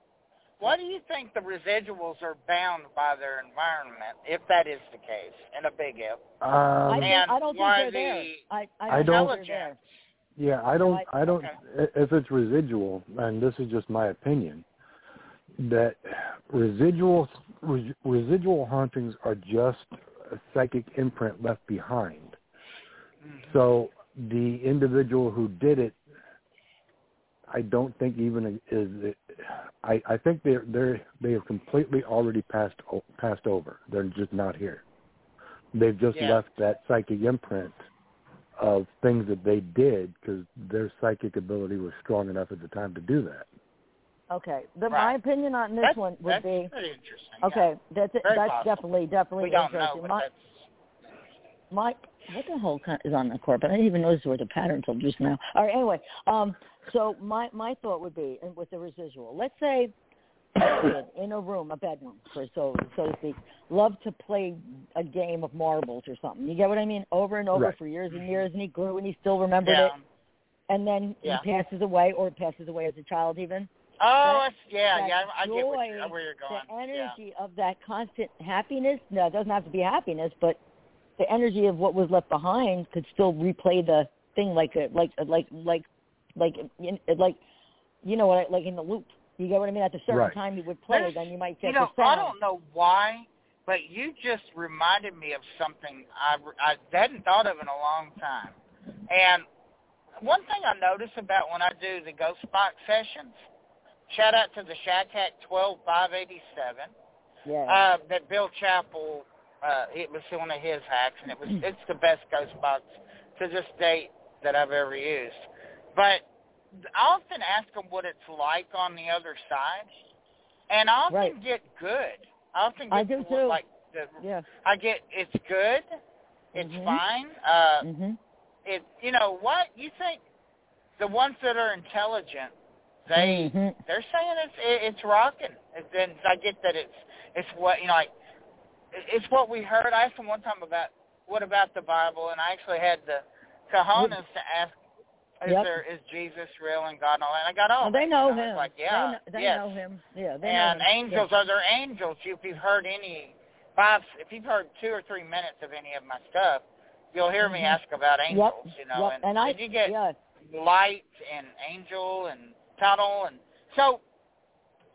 Speaker 1: What do you think the residuals are bound by their environment, if that is the case, and a big if?
Speaker 3: I,
Speaker 5: Um,
Speaker 3: think, I
Speaker 1: and
Speaker 3: don't think
Speaker 1: why
Speaker 3: they're there.
Speaker 1: the
Speaker 3: I,
Speaker 5: I
Speaker 3: I don't,
Speaker 5: don't-
Speaker 3: think they're there.
Speaker 5: yeah, I don't.
Speaker 3: Right,
Speaker 5: I don't.
Speaker 1: okay.
Speaker 5: If it's residual, and this is just my opinion, that residual res, residual hauntings are just a psychic imprint left behind. So the individual who did it, I don't think even is. I I think they're they're they have completely already passed o- passed over. They're just not here. They've just
Speaker 1: Yeah.
Speaker 5: left that psychic imprint of things that they did because their psychic ability was strong enough at the time to do that.
Speaker 3: Okay. The, My
Speaker 1: Right.
Speaker 3: opinion on this
Speaker 1: That's-
Speaker 3: one would
Speaker 1: that's
Speaker 3: be
Speaker 1: pretty interesting. yeah.
Speaker 3: okay. That's it.
Speaker 1: Very
Speaker 3: that's
Speaker 1: possible.
Speaker 3: definitely definitely
Speaker 1: We don't know,
Speaker 3: interesting.
Speaker 1: but
Speaker 3: my,
Speaker 1: that's
Speaker 3: my what the hell kind is on the court? But I didn't even notice there was a pattern until just now. All right. Anyway, um, so my my thought would be and with the residual. Let's say in a room, a bedroom, for so so to speak, love to play a game of marbles or something. You get what I mean? Over and over
Speaker 5: Right.
Speaker 3: for years and years, and he grew and he still remembered
Speaker 1: yeah.
Speaker 3: it. And then
Speaker 1: Yeah.
Speaker 3: he passes away, or passes away as a child, even.
Speaker 1: Oh, it's, yeah,
Speaker 3: that
Speaker 1: yeah. I, I get what
Speaker 3: joy,
Speaker 1: you're, where you're going.
Speaker 3: the energy of that constant happiness. No, it doesn't have to be happiness, but the energy of what was left behind could still replay the thing like a like like like like in- like you know what I like in the loop. You get what I mean? At the certain
Speaker 5: Right.
Speaker 3: time you would play,
Speaker 1: There's-
Speaker 3: then you might
Speaker 1: Yeah.
Speaker 3: get
Speaker 1: You know,
Speaker 3: the
Speaker 1: I
Speaker 3: sound.
Speaker 1: don't know why, but you just reminded me of something I, I hadn't thought of in a long time. And one thing I notice about when I do the Ghost Box sessions, shout out to the Shack Hack 12587.
Speaker 3: yeah.
Speaker 1: uh, that Bill Chappell, uh, it was one of his hacks, and it was
Speaker 3: Mm.
Speaker 1: it's the best ghost box to this date that I've ever used. But I often ask them what it's like on the other side, and I often
Speaker 3: Right.
Speaker 1: get good. I often get
Speaker 3: I do
Speaker 1: the-
Speaker 3: too.
Speaker 1: like the,
Speaker 3: yeah.
Speaker 1: I get it's good, it's
Speaker 3: Mhm.
Speaker 1: fine. Uh,
Speaker 3: Mhm.
Speaker 1: it you know what you think the ones that are intelligent they
Speaker 3: Mhm.
Speaker 1: they're saying it's it, it's rocking. And then I get that it's it's what you know, like it- it's what we heard. I asked him one time about what about the Bible, and I actually had the cojones to ask, is
Speaker 3: Yep.
Speaker 1: there is Jesus real and God and all that? And I got all.
Speaker 3: Well, they
Speaker 1: that,
Speaker 3: know
Speaker 1: you know, it's
Speaker 3: him.
Speaker 1: Like yeah,
Speaker 3: they know, they
Speaker 1: yes.
Speaker 3: know him. Yeah, they
Speaker 1: And
Speaker 3: know him.
Speaker 1: angels are there angels? If you've heard any five, if you've heard two or three minutes of any of my stuff, you'll hear me
Speaker 3: Mhm.
Speaker 1: ask about
Speaker 3: Yeah.
Speaker 1: angels.
Speaker 3: Yep.
Speaker 1: You know,
Speaker 3: yep.
Speaker 1: and,
Speaker 3: and I
Speaker 1: you get
Speaker 3: yeah.
Speaker 1: light and angel and tunnel and so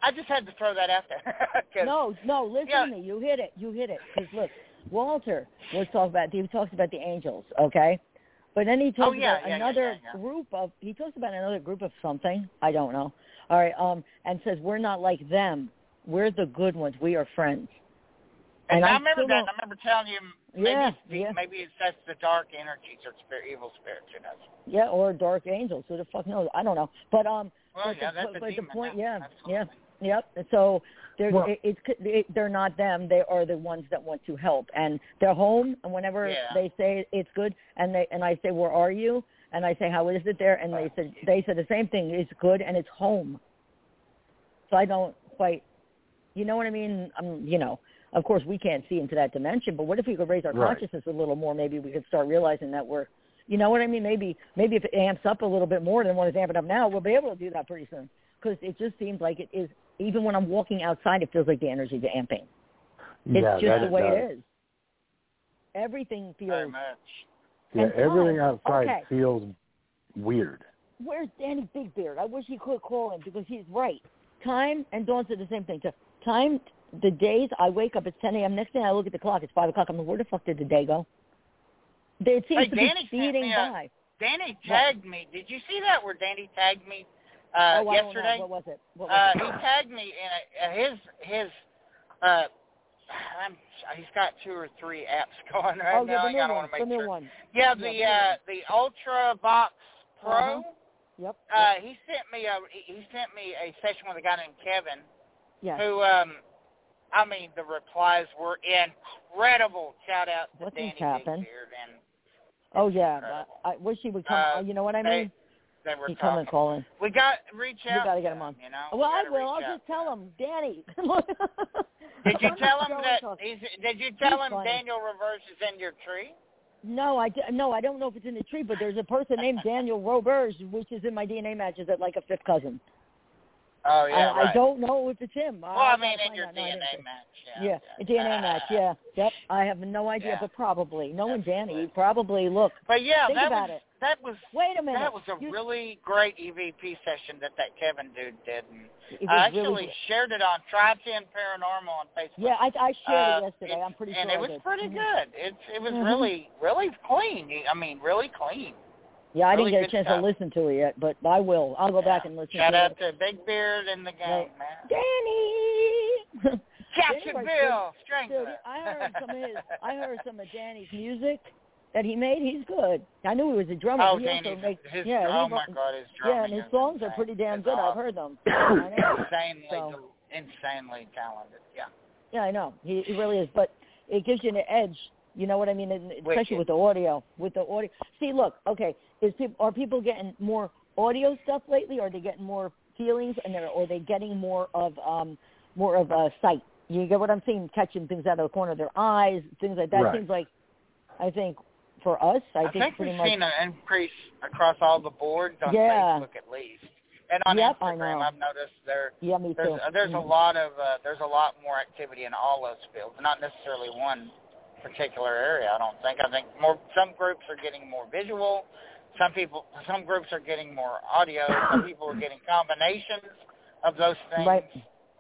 Speaker 1: I just had to throw that out there. (laughs) 'Cause-
Speaker 3: No, no, listen
Speaker 1: Yeah.
Speaker 3: to me. You hit it. You hit it. Because look, Walter was talking about he talks about the angels, okay? But then he talks
Speaker 1: Oh, yeah,
Speaker 3: about
Speaker 1: yeah, yeah,
Speaker 3: another
Speaker 1: yeah, yeah.
Speaker 3: group of he talks about another group of something, I don't know. All right, um and says we're not like them. We're the good ones. We are friends.
Speaker 1: and,
Speaker 3: and
Speaker 1: I
Speaker 3: I
Speaker 1: remember
Speaker 3: still
Speaker 1: that.
Speaker 3: don't-
Speaker 1: I remember telling you maybe
Speaker 3: Yeah,
Speaker 1: it's the,
Speaker 3: yeah.
Speaker 1: maybe it's that's the dark energies or spirit, evil spirits in us.
Speaker 3: Yeah, or dark angels. Who the fuck knows? I don't know. But um
Speaker 1: Well,
Speaker 3: but
Speaker 1: yeah,
Speaker 3: the,
Speaker 1: that's
Speaker 3: but,
Speaker 1: a
Speaker 3: but
Speaker 1: demon.
Speaker 3: the point,
Speaker 1: yeah,
Speaker 3: yeah,
Speaker 1: absolutely.
Speaker 3: yeah. Yep. And So there's
Speaker 5: Well-
Speaker 3: it, it's it, they're not them. They are the ones that want to help, and they're home. And whenever
Speaker 1: Yeah.
Speaker 3: they say it's good, and they and I say where are you, and I say how is it there, and they said they said the same thing. It's good and it's home. So I don't quite, you know what I mean? Um, you know, of course we can't see into that dimension, but what if we could raise our
Speaker 5: Right.
Speaker 3: consciousness a little more? Maybe we could start realizing that we're, you know what I mean? Maybe maybe if it amps up a little bit more than what is amping up now, we'll be able to do that pretty soon. Because it just seems like it is. Even when I'm walking outside, it feels like the energy's amping. It's
Speaker 5: yeah, that
Speaker 3: just the way
Speaker 5: does.
Speaker 3: it is. Everything
Speaker 1: very
Speaker 3: feels.
Speaker 1: much.
Speaker 5: Yeah,
Speaker 3: And
Speaker 5: everything
Speaker 3: time-
Speaker 5: outside
Speaker 3: okay.
Speaker 5: feels weird.
Speaker 3: Where's Danny Big Beard? I wish he could call him because he's right. Time and Dawn said the same thing. too. Time, the days I wake up, it's 10 a.m. Next thing I look at the clock, it's 5 o'clock. I'm like, where the fuck did the day go? It seems
Speaker 1: Hey,
Speaker 3: to
Speaker 1: Danny
Speaker 3: be
Speaker 1: sent
Speaker 3: speeding
Speaker 1: me a-
Speaker 3: by.
Speaker 1: Danny tagged me. Did you see that where Danny tagged me uh,
Speaker 3: oh, I
Speaker 1: yesterday?
Speaker 3: don't know. What was it? What was
Speaker 1: uh,
Speaker 3: it?
Speaker 1: he tagged me in a, uh, his his uh, I'm, he's got two or three apps (laughs) going right
Speaker 3: oh,
Speaker 1: now.
Speaker 3: yeah, the
Speaker 1: I
Speaker 3: new
Speaker 1: gotta
Speaker 3: one.
Speaker 1: want to
Speaker 3: the
Speaker 1: make
Speaker 3: new
Speaker 1: sure.
Speaker 3: one.
Speaker 1: Yeah, the uh,
Speaker 3: Yeah,
Speaker 1: the Ultra Box Pro.
Speaker 3: Uh-huh. Yep.
Speaker 1: Uh, he sent me a he he sent me a session with a guy named Kevin,
Speaker 3: yeah.
Speaker 1: who um, I mean the replies were incredible. Shout out to
Speaker 3: What things
Speaker 1: Danny
Speaker 3: happen?
Speaker 1: Bigbeard and
Speaker 3: Oh yeah,
Speaker 1: incredible.
Speaker 3: I, I wish he would come.
Speaker 1: Uh,
Speaker 3: oh, you know what I
Speaker 1: they-
Speaker 3: mean?
Speaker 1: That we're
Speaker 3: He'd come
Speaker 1: talking.
Speaker 3: and call in.
Speaker 1: We got reach
Speaker 3: We
Speaker 1: out.
Speaker 3: gotta
Speaker 1: to
Speaker 3: get him
Speaker 1: them,
Speaker 3: on.
Speaker 1: You know.
Speaker 3: well,
Speaker 1: We
Speaker 3: I
Speaker 1: gotta
Speaker 3: will. I'll
Speaker 1: reach out
Speaker 3: just
Speaker 1: to them.
Speaker 3: tell him, Danny. (laughs)
Speaker 1: Did you tell him
Speaker 3: Go and
Speaker 1: that?
Speaker 3: talk.
Speaker 1: He's, did you tell
Speaker 3: He's
Speaker 1: him
Speaker 3: funny.
Speaker 1: Daniel Reverse is in your tree?
Speaker 3: No, I d- no, I don't know if it's in the tree, but there's a person named Daniel Roberge, which is in my DNA matches at like a fifth cousin.
Speaker 1: Oh yeah,
Speaker 3: I,
Speaker 1: right.
Speaker 3: I don't know if it's him.
Speaker 1: Well, I mean, in your
Speaker 3: no, I
Speaker 1: DNA
Speaker 3: didn't think-
Speaker 1: match.
Speaker 3: Yeah,
Speaker 1: Yeah.
Speaker 3: a DNA match. Yeah, yep. I have no idea,
Speaker 1: Yeah.
Speaker 3: but probably knowing Danny,
Speaker 1: Absolutely.
Speaker 3: he'd probably look.
Speaker 1: But yeah,
Speaker 3: Think
Speaker 1: that
Speaker 3: about
Speaker 1: was
Speaker 3: it.
Speaker 1: that was
Speaker 3: Wait a minute.
Speaker 1: that was a
Speaker 3: You-
Speaker 1: really great EVP session that that Kevin dude did, and
Speaker 3: it was
Speaker 1: I
Speaker 3: really
Speaker 1: actually
Speaker 3: good.
Speaker 1: shared it on Tri Ten Paranormal on Facebook.
Speaker 3: yeah, I, I shared it
Speaker 1: Uh,
Speaker 3: yesterday. I'm pretty
Speaker 1: and
Speaker 3: sure.
Speaker 1: it was
Speaker 3: I did.
Speaker 1: pretty
Speaker 3: Mhm.
Speaker 1: good. It's it was
Speaker 3: Mhm.
Speaker 1: really really clean. I mean, really clean.
Speaker 3: Yeah, I
Speaker 1: really
Speaker 3: didn't get a
Speaker 1: good
Speaker 3: chance
Speaker 1: stuff.
Speaker 3: to listen to it yet, but I will. I'll go back
Speaker 1: Yeah.
Speaker 3: and listen
Speaker 1: Shout
Speaker 3: to
Speaker 1: out
Speaker 3: it.
Speaker 1: to Big Beard and the gang,
Speaker 3: Right.
Speaker 1: man.
Speaker 3: Danny. (laughs)
Speaker 1: Jacksonville
Speaker 3: Dude,
Speaker 1: Strangler.
Speaker 3: I heard some of
Speaker 1: (laughs)
Speaker 3: his. I heard some of Danny's music that he made. He's good. I knew he was a drummer.
Speaker 1: (laughs) Oh,
Speaker 3: he
Speaker 1: Danny,
Speaker 3: also makes.
Speaker 1: his,
Speaker 3: yeah,
Speaker 1: oh
Speaker 3: he,
Speaker 1: my God, his drumming
Speaker 3: yeah, and his
Speaker 1: is
Speaker 3: songs are
Speaker 1: insane. uh,
Speaker 3: pretty damn
Speaker 1: It's
Speaker 3: good. I've
Speaker 1: awesome. (coughs)
Speaker 3: heard them. I know.
Speaker 1: Insanely,
Speaker 3: (coughs) So-
Speaker 1: insanely talented. Yeah.
Speaker 3: Yeah, I know. He, he really is, but it gives you an edge. You know what I mean? And especially
Speaker 1: Wicked.
Speaker 3: with the audio. With the audio. See, look. Okay, is people are people getting more audio stuff lately? Or are they getting more feelings? And they're or are they getting more of um more of a sight? You get what I'm saying? Catching things out of the corner of their eyes, things like that.
Speaker 5: Right.
Speaker 3: Seems like, I think, for us, I,
Speaker 1: I, think,
Speaker 3: pretty
Speaker 1: we've
Speaker 3: much.
Speaker 1: seen an increase across all the boards on
Speaker 3: Yeah.
Speaker 1: Facebook at least, and on
Speaker 3: Yep, I
Speaker 1: Instagram.
Speaker 3: know.
Speaker 1: I've noticed there
Speaker 3: yeah, me
Speaker 1: there's
Speaker 3: too.
Speaker 1: uh, there's a
Speaker 3: Mhm.
Speaker 1: lot of uh, there's a lot more activity in all those fields, not necessarily one particular area. I don't think. I think more some groups are getting more visual, some people some groups are getting more audio,
Speaker 3: (coughs)
Speaker 1: some people are getting combinations of those things.
Speaker 3: Right.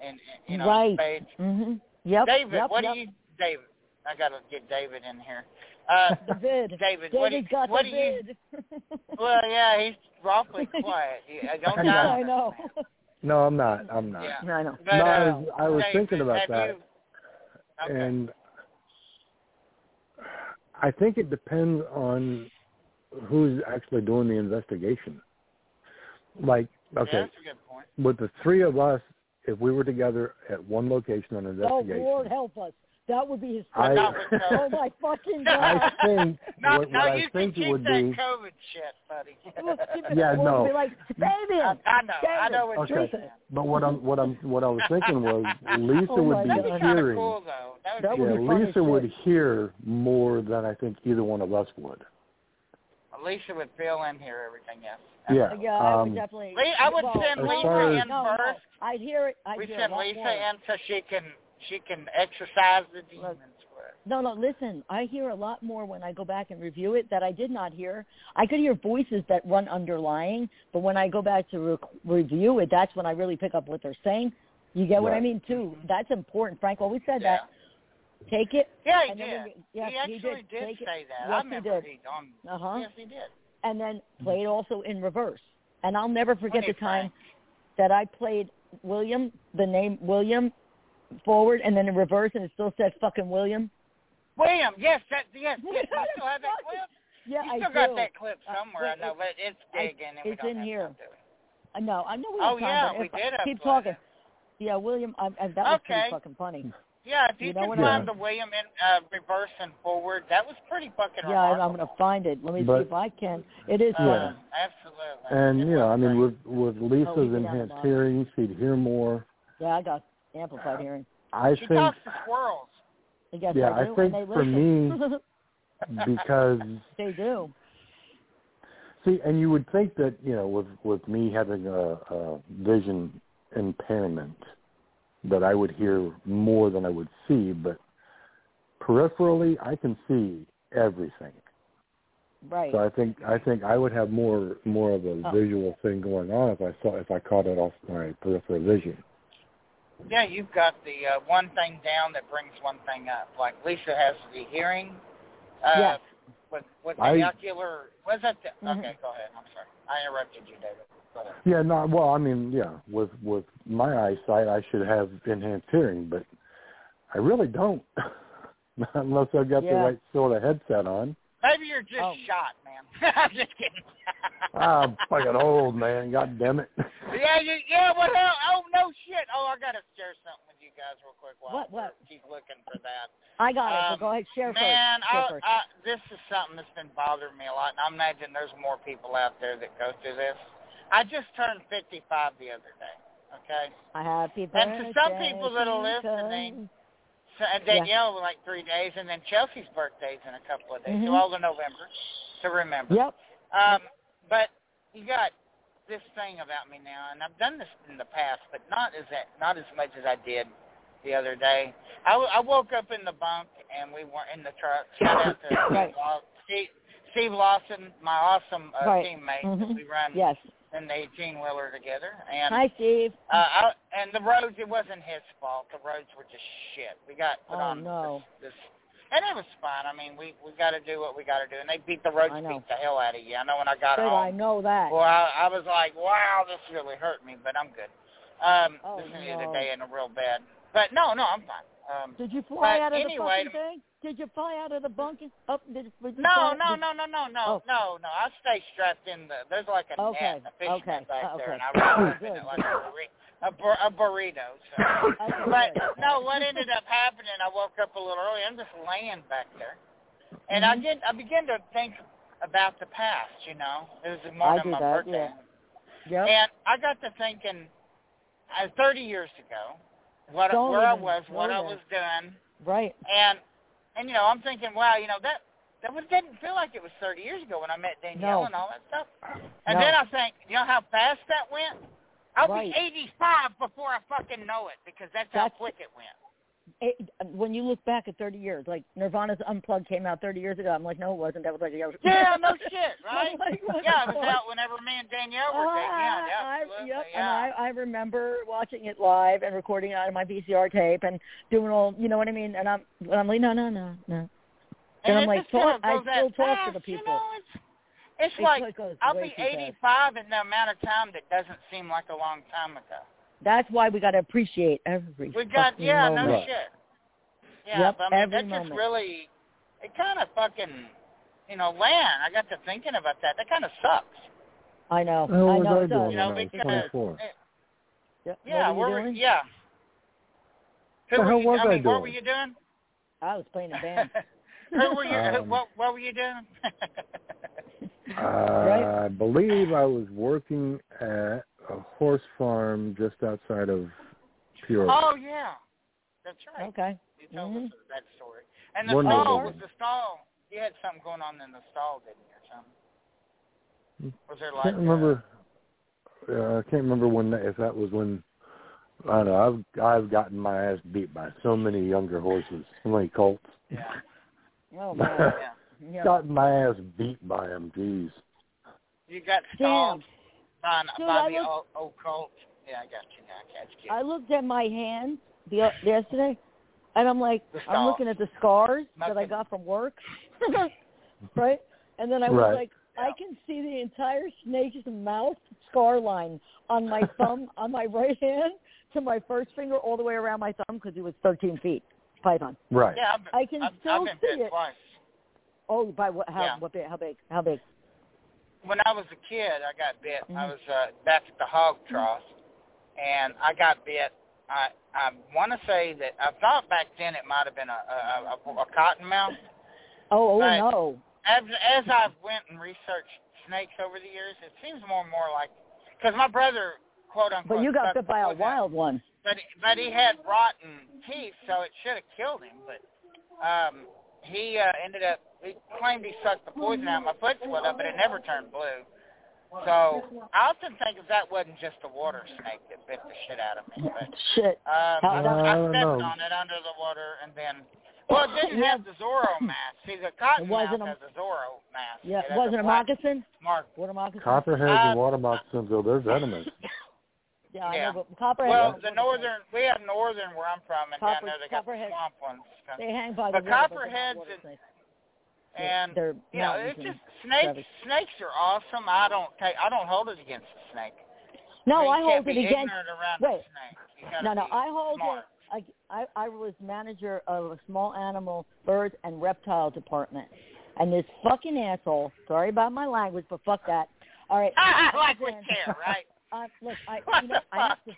Speaker 1: And you know,
Speaker 3: Right.
Speaker 1: spades.
Speaker 3: Mhm. Yep.
Speaker 1: David,
Speaker 3: yep,
Speaker 1: what
Speaker 3: yep.
Speaker 1: do you, David? I gotta get David in here.
Speaker 3: (laughs)
Speaker 1: Uh,
Speaker 3: The vid.
Speaker 1: David, what do,
Speaker 3: David got
Speaker 1: what
Speaker 3: the
Speaker 1: do you? (laughs)
Speaker 3: vid.
Speaker 1: Well, yeah, he's
Speaker 3: (laughs)
Speaker 1: awfully quiet. He- I don't
Speaker 5: I
Speaker 1: doubt
Speaker 3: I
Speaker 1: him,
Speaker 3: know.
Speaker 1: man.
Speaker 5: No, I'm not. I'm not.
Speaker 1: Yeah.
Speaker 3: I know.
Speaker 1: But,
Speaker 5: no, I
Speaker 1: uh,
Speaker 5: was, I was
Speaker 1: David,
Speaker 5: thinking about
Speaker 1: have
Speaker 5: that,
Speaker 1: you- okay.
Speaker 5: and I think it depends on who's actually doing the investigation. Like,
Speaker 1: Yeah,
Speaker 5: okay,
Speaker 1: that's a good
Speaker 3: (laughs)
Speaker 1: point.
Speaker 5: with the three of us, if we were together at one location on
Speaker 3: Oh
Speaker 5: investigation,
Speaker 3: Lord, help us! That would be his.
Speaker 5: I-
Speaker 1: Not with
Speaker 3: oh (laughs)
Speaker 1: COVID.
Speaker 3: my
Speaker 5: (laughs)
Speaker 3: fucking
Speaker 5: I
Speaker 3: god!
Speaker 5: think
Speaker 1: (laughs) no,
Speaker 5: what,
Speaker 1: no,
Speaker 5: what
Speaker 1: you
Speaker 5: I think
Speaker 1: can
Speaker 5: it
Speaker 1: keep
Speaker 5: would
Speaker 1: that
Speaker 5: be.
Speaker 1: COVID shit, buddy.
Speaker 5: Yeah,
Speaker 3: Or
Speaker 5: no.
Speaker 3: Be like,
Speaker 1: I,
Speaker 3: Fabian.
Speaker 1: (laughs) I know, I know what
Speaker 5: Okay.
Speaker 1: you're saying.
Speaker 5: But what I'm what I'm what I was thinking was Lisa
Speaker 3: (laughs) Oh my
Speaker 5: would
Speaker 1: That'd be
Speaker 5: be
Speaker 3: God.
Speaker 1: kind of
Speaker 5: hearing.
Speaker 1: cool, though. That
Speaker 3: That
Speaker 1: would
Speaker 3: would
Speaker 5: yeah,
Speaker 3: be funny
Speaker 5: Lisa
Speaker 3: as
Speaker 5: would
Speaker 3: shit.
Speaker 5: hear more than I think either one of us would.
Speaker 1: be, Lisa would fill in here everything, yes.
Speaker 5: Yeah.
Speaker 3: Yeah, I would
Speaker 5: um,
Speaker 3: definitely.
Speaker 1: Lee- I would
Speaker 3: well,
Speaker 1: send
Speaker 3: no,
Speaker 5: Lisa
Speaker 3: no,
Speaker 5: in
Speaker 3: no, no.
Speaker 1: first.
Speaker 3: I'd hear it. I'd
Speaker 1: we
Speaker 3: hear
Speaker 1: send
Speaker 3: a lot
Speaker 1: Lisa
Speaker 3: more.
Speaker 1: in so she can she can exercise the demons. for us.
Speaker 3: No, no, listen, I hear a lot more when I go back and review it that I did not hear. I could hear voices that run underlying, but when I go back to re- review it, that's when I really pick up what they're saying. You get what I
Speaker 5: Right.
Speaker 3: mean, too? That's important. Frank always said
Speaker 1: yeah.
Speaker 3: that. Take it.
Speaker 1: Yeah, he
Speaker 3: and then
Speaker 1: did.
Speaker 3: when you- yes,
Speaker 1: he actually
Speaker 3: did. Take it.
Speaker 1: say that. I
Speaker 3: Yes, he
Speaker 1: remember
Speaker 3: did.
Speaker 1: he um,
Speaker 3: Uh-huh.
Speaker 1: Yes, he did.
Speaker 3: and then
Speaker 1: Mm-hmm.
Speaker 3: played also in reverse. And I'll never forget
Speaker 1: Funny
Speaker 3: the time
Speaker 1: Frank.
Speaker 3: that I played William, the name William, forward and then in reverse, and it still said fucking William.
Speaker 1: William, yes, that
Speaker 3: (laughs)
Speaker 1: yes, yes. You still have that
Speaker 3: Fucking-
Speaker 1: clip.
Speaker 3: Yeah,
Speaker 1: you
Speaker 3: I
Speaker 1: still
Speaker 3: do.
Speaker 1: got that clip
Speaker 3: Uh,
Speaker 1: somewhere.
Speaker 3: wait,
Speaker 1: I know, but it's
Speaker 3: I-
Speaker 1: big and we
Speaker 3: it's
Speaker 1: don't
Speaker 3: in
Speaker 1: have
Speaker 3: here.
Speaker 1: time to do it.
Speaker 3: I know. I know we
Speaker 1: Oh
Speaker 3: have time,
Speaker 1: yeah,
Speaker 3: but
Speaker 1: we
Speaker 3: if I-
Speaker 1: did.
Speaker 3: Keep
Speaker 1: upload it.
Speaker 3: talking. Yeah, William, I, I, that was
Speaker 1: Okay.
Speaker 3: pretty fucking funny.
Speaker 1: Yeah, if
Speaker 3: You
Speaker 1: you,
Speaker 3: know what
Speaker 1: can
Speaker 5: I-
Speaker 1: find the William in uh, reverse and forward, that was pretty fucking
Speaker 3: Yeah, I, I'm
Speaker 1: remarkable.
Speaker 3: gonna find it. Let me
Speaker 5: But-
Speaker 3: see if I can. It is
Speaker 1: Uh,
Speaker 3: funny.
Speaker 1: Absolutely.
Speaker 5: And
Speaker 1: It
Speaker 5: you know,
Speaker 1: was
Speaker 5: I mean,
Speaker 1: great.
Speaker 5: with with Lisa's
Speaker 3: Oh, we did have a
Speaker 5: enhanced
Speaker 3: lot.
Speaker 5: hearing, she'd hear more.
Speaker 3: Yeah, I got amplified hearing.
Speaker 5: I
Speaker 1: she
Speaker 5: think
Speaker 1: talks to squirrels.
Speaker 3: I guess
Speaker 5: Yeah,
Speaker 3: I
Speaker 5: I
Speaker 3: do. and
Speaker 5: think
Speaker 3: they
Speaker 5: for
Speaker 3: listen.
Speaker 5: because
Speaker 3: (laughs) they do.
Speaker 5: see, and you would think that you know, with with me having a, a vision impairment, that I would hear more than I would see, but peripherally, I can see everything.
Speaker 3: Right.
Speaker 5: So I think I think I would have more more of a
Speaker 3: Oh.
Speaker 5: visual thing going on if I saw if I caught it off my peripheral vision.
Speaker 1: Yeah, you've got the uh, one thing down that brings one thing up. Like Lisa has the hearing. Uh,
Speaker 3: Yes.
Speaker 1: With, with the
Speaker 5: I-
Speaker 1: ocular, was that the,
Speaker 3: Mhm.
Speaker 1: okay? Go ahead. I'm sorry, I interrupted you, David. Go ahead.
Speaker 5: Yeah, no. Well, I mean, yeah. With with my eyesight, I should have enhanced hearing, but I really don't, (laughs) unless I've got the
Speaker 3: Yeah.
Speaker 5: right sort of headset on.
Speaker 1: Maybe you're just
Speaker 3: Oh.
Speaker 1: (laughs) shot, man. I'm just kidding.
Speaker 5: Um. Ah, I'm fucking old man. God damn it.
Speaker 1: (laughs) Yeah, you, yeah. What the hell? Oh no, shit. Oh, I gotta share something with you guys real quick. While
Speaker 3: What, what?
Speaker 1: Keep looking for that.
Speaker 3: I got it.
Speaker 1: Um,
Speaker 3: So go ahead, share
Speaker 1: Man,
Speaker 3: first. Share
Speaker 1: I,
Speaker 3: first.
Speaker 1: I, this is something that's been bothering me a lot, and I imagine there's more people out there that go through this. I just turned 55 the other day. Okay,
Speaker 3: Happy birthday.
Speaker 1: and to some people that are listening, so, and
Speaker 3: Yeah.
Speaker 1: Danielle was like three days, and then Chelsea's birthday's in a couple of days, so
Speaker 3: Mhm.
Speaker 1: all of November to remember.
Speaker 3: to- Yep.
Speaker 1: Um, but you got this thing about me now, and I've done this in the past, but not as that, not as much as I did the other day. I, w- I woke up in the bunk, and we were in the truck. Shout out to
Speaker 3: (coughs) Right.
Speaker 1: Law- Steve, Steve Lawson, my awesome uh,
Speaker 3: Right.
Speaker 1: teammate.
Speaker 3: Mhm.
Speaker 1: That we run
Speaker 3: Yes.
Speaker 1: in the eighteen wheeler together, and
Speaker 3: Hi, Steve.
Speaker 1: uh, I, and the roads, it wasn't his fault. The roads were just shit. We got put
Speaker 3: Oh,
Speaker 1: on
Speaker 3: no.
Speaker 1: this, this, and it was fine. I mean, we we got to do what we got to do, and they beat the roads,
Speaker 3: I know.
Speaker 1: beat the hell out of you. I know when I got
Speaker 3: Good, I
Speaker 1: home.
Speaker 3: know that.
Speaker 1: Well, I, I was like, wow, this really hurt me, but I'm good. Um,
Speaker 3: Oh,
Speaker 1: this is the
Speaker 3: no.
Speaker 1: other day in a real bed, but no, no, I'm fine. Um,
Speaker 3: Did you fly
Speaker 1: But
Speaker 3: out of
Speaker 1: anyway-
Speaker 3: the fucking thing? Did you fly out of the bunker? Up? Did, did you
Speaker 1: no,
Speaker 3: fly-
Speaker 1: no,
Speaker 3: did-
Speaker 1: no, no, no, no,
Speaker 3: Oh.
Speaker 1: no, no. I stay strapped in the. There's like a net,
Speaker 3: Okay,
Speaker 1: a fish
Speaker 3: okay,
Speaker 1: net back
Speaker 3: okay. (coughs)
Speaker 1: there, and I wrap up in
Speaker 3: Good.
Speaker 1: it like a, burri- a, bur- a burrito. So.
Speaker 3: Okay,
Speaker 1: But
Speaker 3: good.
Speaker 1: no, what ended up happening? I woke up a little early. I'm just laying back there, and I
Speaker 3: Mhm.
Speaker 1: get I begin to think about the past. You know, it was the
Speaker 3: I
Speaker 1: morning
Speaker 3: do
Speaker 1: of my
Speaker 3: that,
Speaker 1: birthday,
Speaker 3: Yep.
Speaker 1: and I got to thinking, uh, 30 years ago, what
Speaker 3: Don't
Speaker 1: where I
Speaker 3: even
Speaker 1: was,
Speaker 3: go
Speaker 1: what I
Speaker 3: there.
Speaker 1: was doing,
Speaker 3: Right.
Speaker 1: and and you know, I'm thinking, wow, you know that that was, didn't feel like it was 30 years ago when I met Danielle
Speaker 3: No.
Speaker 1: and all that stuff. And
Speaker 3: No.
Speaker 1: then I think, you know how fast that went. I'll
Speaker 3: Right.
Speaker 1: be 85 before I fucking know it because that's,
Speaker 3: That's-
Speaker 1: how quick it went.
Speaker 3: It, when you look back at 30 years, like Nirvana's Unplugged came out 30 years ago. I'm like, no, it wasn't. That was like a year.
Speaker 1: Yeah,
Speaker 3: (laughs)
Speaker 1: no shit, right?
Speaker 3: I'm like, what
Speaker 1: yeah,
Speaker 3: the
Speaker 1: it was
Speaker 3: fuck?
Speaker 1: out whenever me and Danielle were
Speaker 3: (laughs)
Speaker 1: dating.
Speaker 3: Ah,
Speaker 1: Yeah,
Speaker 3: I,
Speaker 1: yeah, absolutely.
Speaker 3: yep,
Speaker 1: yeah.
Speaker 3: and I, I remember watching it live and recording it on my VCR tape and doing all, you know what I mean? And I'm, and I'm like, no, no, no, no.
Speaker 1: and
Speaker 3: And
Speaker 1: it
Speaker 3: I'm like,
Speaker 1: just kinda
Speaker 3: talk, I
Speaker 1: goes
Speaker 3: still
Speaker 1: that
Speaker 3: talk to the
Speaker 1: fast,
Speaker 3: people.
Speaker 1: You know, it's, it's
Speaker 3: It
Speaker 1: like
Speaker 3: goes
Speaker 1: I'll
Speaker 3: way
Speaker 1: be
Speaker 3: too fast.
Speaker 1: 85 in the amount of time that doesn't seem like a long time ago.
Speaker 3: That's why we got to appreciate every.
Speaker 1: We got
Speaker 3: fucking
Speaker 1: yeah, no
Speaker 3: moment.
Speaker 1: shit. Yeah,
Speaker 3: Yep,
Speaker 1: but I mean
Speaker 3: every
Speaker 1: that
Speaker 3: moment.
Speaker 1: just really it kind of fucking you know, land. I got to thinking about that. That kind of sucks.
Speaker 3: I know.
Speaker 5: Well,
Speaker 3: I
Speaker 5: what
Speaker 3: know
Speaker 5: was I
Speaker 3: it does.
Speaker 5: doing
Speaker 1: You know,
Speaker 5: when I was
Speaker 1: because- eh,
Speaker 5: 24?
Speaker 3: Yep.
Speaker 1: Yeah,
Speaker 3: Oh, what were
Speaker 1: were
Speaker 3: you doing?
Speaker 1: yeah. Who
Speaker 5: The
Speaker 1: were
Speaker 5: hell
Speaker 1: you,
Speaker 5: was
Speaker 1: I
Speaker 5: I
Speaker 1: mean, What
Speaker 5: doing?
Speaker 1: were you doing?
Speaker 3: I was playing a
Speaker 1: (laughs)
Speaker 3: band.
Speaker 1: who were you? who,
Speaker 5: Um,
Speaker 1: what what were you doing? (laughs)
Speaker 5: Uh, I believe I was working at a horse farm just outside of Peoria.
Speaker 1: oh yeah, that's right.
Speaker 3: (laughs) okay. Mm-hmm.
Speaker 1: You told us that story. And the
Speaker 5: Wonder
Speaker 1: stall
Speaker 5: Woman.
Speaker 1: was the stall. You had something going on in the stall, didn't you, or something? Was there
Speaker 5: I
Speaker 1: like
Speaker 5: can't remember. Uh, I can't remember when that, if that was when. I don't know. I've I've gotten my ass beat by so many younger horses, so many colts.
Speaker 1: A, yeah,
Speaker 3: Oh man.
Speaker 1: yeah.
Speaker 3: Yeah.
Speaker 5: Gotten my ass beat by them. Jeez.
Speaker 1: You
Speaker 3: (laughs)
Speaker 1: got
Speaker 3: Damn.
Speaker 1: stalled by, an-
Speaker 3: Dude, I
Speaker 1: by the
Speaker 3: look-
Speaker 1: old, old cult. Yeah, I got you now. I catch you.
Speaker 3: I looked at my hand the yesterday, and I'm like,
Speaker 1: The
Speaker 3: I'm
Speaker 1: scars.
Speaker 3: looking at the scars that I
Speaker 1: Nothing.
Speaker 3: got from work, (laughs) right? And then I was
Speaker 5: Right.
Speaker 3: like,
Speaker 1: Yeah.
Speaker 3: I can see the entire snake's mouth scar line on my thumb, on my right hand, to my first finger, all the way around my thumb because it was 13 feet python.
Speaker 5: Right.
Speaker 1: yeah, I've been,
Speaker 3: I can
Speaker 1: I've,
Speaker 3: still
Speaker 1: I've been
Speaker 3: see
Speaker 1: bit
Speaker 3: it.
Speaker 1: twice.
Speaker 3: Oh, by what? How,
Speaker 1: Yeah.
Speaker 3: what big, how big? How big?
Speaker 1: When I was a kid, I got bit. I
Speaker 3: Mhm.
Speaker 1: was uh, back at the hog trough, and I got bit. I I want to say that I thought back then it might have been a a, a, a cottonmouth.
Speaker 3: Oh, oh
Speaker 1: Right.
Speaker 3: no.
Speaker 1: as as I've went and researched snakes over the years, it seems more and more like because my brother, quote unquote,
Speaker 3: But you got
Speaker 1: stuck
Speaker 3: bit by a
Speaker 1: with it.
Speaker 3: wild one.
Speaker 1: but but he had rotten teeth, so it should have killed him. But um, he uh, ended up. He claimed he sucked the poison out. My foot swelled up, but it never turned blue. So I often think if that wasn't just a water snake that bit the shit out of me, but
Speaker 3: (laughs) Shit.
Speaker 1: um,
Speaker 3: How- I
Speaker 5: don't-
Speaker 1: I
Speaker 5: I don't
Speaker 1: stepped
Speaker 5: know.
Speaker 1: on it under the water and then. Well, it didn't have the Zorro mask. See, the cotton
Speaker 3: It wasn't
Speaker 1: mouth
Speaker 3: a-
Speaker 1: has a Zorro mask.
Speaker 3: Yeah.
Speaker 1: has
Speaker 3: Wasn't a
Speaker 1: black
Speaker 3: moccasin?
Speaker 1: Mark.
Speaker 3: What a moccasin?
Speaker 5: Copperheads
Speaker 1: Uh,
Speaker 5: and water moccasins, though they're venomous.
Speaker 3: (laughs) Yeah, I
Speaker 1: Yeah.
Speaker 3: know, but copperhead.
Speaker 1: Well, the northern, we have northern where I'm from, and down
Speaker 3: Copper-
Speaker 1: there they got the
Speaker 3: copperhead.
Speaker 1: swamp ones.
Speaker 3: They hang by
Speaker 1: But
Speaker 3: the water, but they're
Speaker 1: copperheads
Speaker 3: not water
Speaker 1: and-
Speaker 3: snakes.
Speaker 1: And
Speaker 3: they're
Speaker 1: you know,
Speaker 3: mountains
Speaker 1: it's just
Speaker 3: and
Speaker 1: snakes.
Speaker 3: crevices.
Speaker 1: Snakes are awesome. I don't take, I don't hold it against a snake.
Speaker 3: No,
Speaker 1: you
Speaker 3: I
Speaker 1: can't
Speaker 3: hold
Speaker 1: be
Speaker 3: it against.
Speaker 1: ignorant around
Speaker 3: wait.
Speaker 1: a snake. You gotta
Speaker 3: No, no,
Speaker 1: be
Speaker 3: I
Speaker 1: (laughs)
Speaker 3: hold
Speaker 1: smart.
Speaker 3: it. I, I I was manager of a small animal, birds and reptile department, and this fucking asshole. Sorry about my language, but fuck that. All right.
Speaker 1: like we care, right?
Speaker 3: Uh, look, I
Speaker 1: What
Speaker 3: you know
Speaker 1: the
Speaker 3: I have to